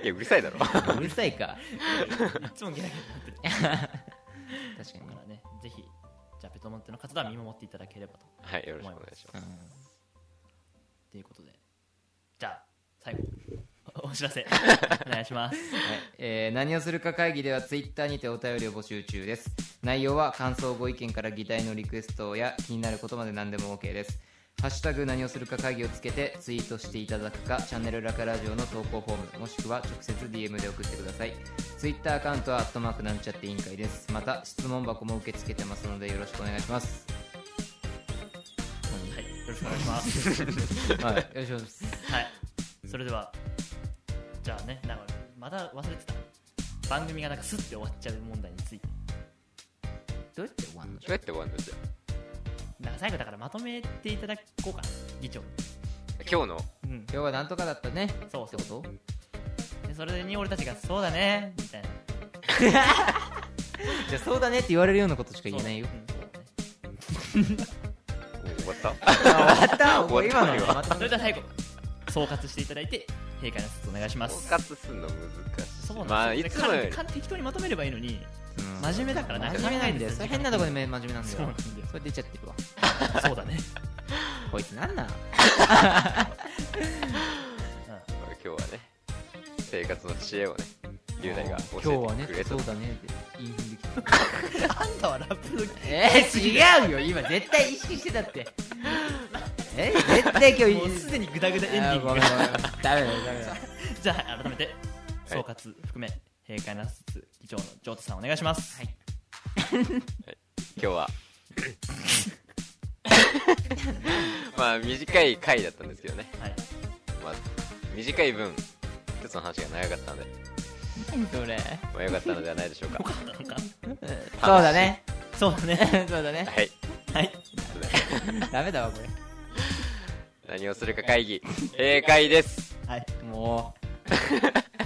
[SPEAKER 3] いやうるさいだろ
[SPEAKER 4] うるさいか
[SPEAKER 2] いつもゲラゲラなってる
[SPEAKER 4] 確かに
[SPEAKER 2] だか
[SPEAKER 4] ね
[SPEAKER 2] らねぜひじゃあペトモンテの活動は見守っていただければと
[SPEAKER 3] はいよろしくお願いし
[SPEAKER 4] う
[SPEAKER 3] ます
[SPEAKER 4] ん
[SPEAKER 2] ということでじゃあ最後おお知らせお願いします
[SPEAKER 4] はいえー何をするか会議ではツイッターにてお便りを募集中です内容は感想ご意見から議題のリクエストや気になることまで何でも OK ですハッシュタグ何をするか会議をつけてツイートしていただくかチャンネルラカラジオの投稿フォームもしくは直接 DM で送ってくださいツイッターアカウントはアットマークなんちゃって委員会ですまた質問箱も受け付けてますのでよろしくお願いします
[SPEAKER 2] はいよろしくお願いします
[SPEAKER 4] はいよろしくお願いします
[SPEAKER 2] はいそれではじゃあねなんかまた忘れてた番組がなんかスッて終わっちゃう問題について
[SPEAKER 4] どうやって終わんの
[SPEAKER 3] どうやって終わるんだじゃ
[SPEAKER 2] なんか最後だからまとめていただこうかな議長に
[SPEAKER 3] あ今日の
[SPEAKER 2] うん
[SPEAKER 4] 今日はなんとかだったね
[SPEAKER 2] そう
[SPEAKER 4] っ
[SPEAKER 2] そ
[SPEAKER 4] て
[SPEAKER 2] う
[SPEAKER 4] こと
[SPEAKER 2] でそれに俺たちが「そうだね」みたいな
[SPEAKER 4] じゃあそうだねって言われるようなことしか言えないよ
[SPEAKER 2] そううんそうだね
[SPEAKER 3] お終わった
[SPEAKER 4] あ 終わった
[SPEAKER 3] 終わった
[SPEAKER 4] 今のは
[SPEAKER 2] それでは最後総括していただいて閉会の説お願いします
[SPEAKER 3] 総括すんの難しい
[SPEAKER 2] そう
[SPEAKER 3] ま
[SPEAKER 2] な
[SPEAKER 3] あ
[SPEAKER 2] ん
[SPEAKER 3] い
[SPEAKER 2] です
[SPEAKER 3] つ
[SPEAKER 2] よ
[SPEAKER 3] もよ
[SPEAKER 2] ね
[SPEAKER 3] り
[SPEAKER 2] かんかん適当にまとめればいいのに
[SPEAKER 4] うん
[SPEAKER 2] 真面目だからな
[SPEAKER 4] 真面目なんだ
[SPEAKER 2] 考え
[SPEAKER 4] よそれ
[SPEAKER 2] てる
[SPEAKER 4] 変なとこで真面目なんだ
[SPEAKER 2] そう
[SPEAKER 4] よ
[SPEAKER 2] なんだよ
[SPEAKER 4] それ出ちゃってるわ
[SPEAKER 2] そうだね
[SPEAKER 4] こいつなんなん
[SPEAKER 3] 今日はね生活の知恵をね龍大が
[SPEAKER 4] 今日
[SPEAKER 3] 教
[SPEAKER 4] は
[SPEAKER 3] えて
[SPEAKER 4] ね
[SPEAKER 3] くれた
[SPEAKER 4] そうだねって言い踏んできた
[SPEAKER 2] あんたはラップの
[SPEAKER 4] えー、違うよ今絶対意識してたって えー、絶対今日
[SPEAKER 2] もうすでにグダグダエンデ
[SPEAKER 4] あ
[SPEAKER 2] ィン
[SPEAKER 4] ー
[SPEAKER 2] グ
[SPEAKER 4] ご
[SPEAKER 2] が
[SPEAKER 4] めんごめんダメだよダメだよ
[SPEAKER 2] じゃあ改めて総括含め閉会の説議長のジョータさんお願いしますはい
[SPEAKER 3] 今日 はまあ短い回だったんですけどね、
[SPEAKER 2] はい
[SPEAKER 3] まあ、短い分一つの話が長かったので、
[SPEAKER 4] 何それ
[SPEAKER 3] まあ、よかったのではないでしょうかは
[SPEAKER 2] なんか
[SPEAKER 4] そうだね
[SPEAKER 2] そうだね
[SPEAKER 4] そうだね
[SPEAKER 3] い
[SPEAKER 2] はい
[SPEAKER 3] そうだね
[SPEAKER 4] ダメだわこれ
[SPEAKER 3] 何をするか会議閉会です
[SPEAKER 2] はい
[SPEAKER 4] もう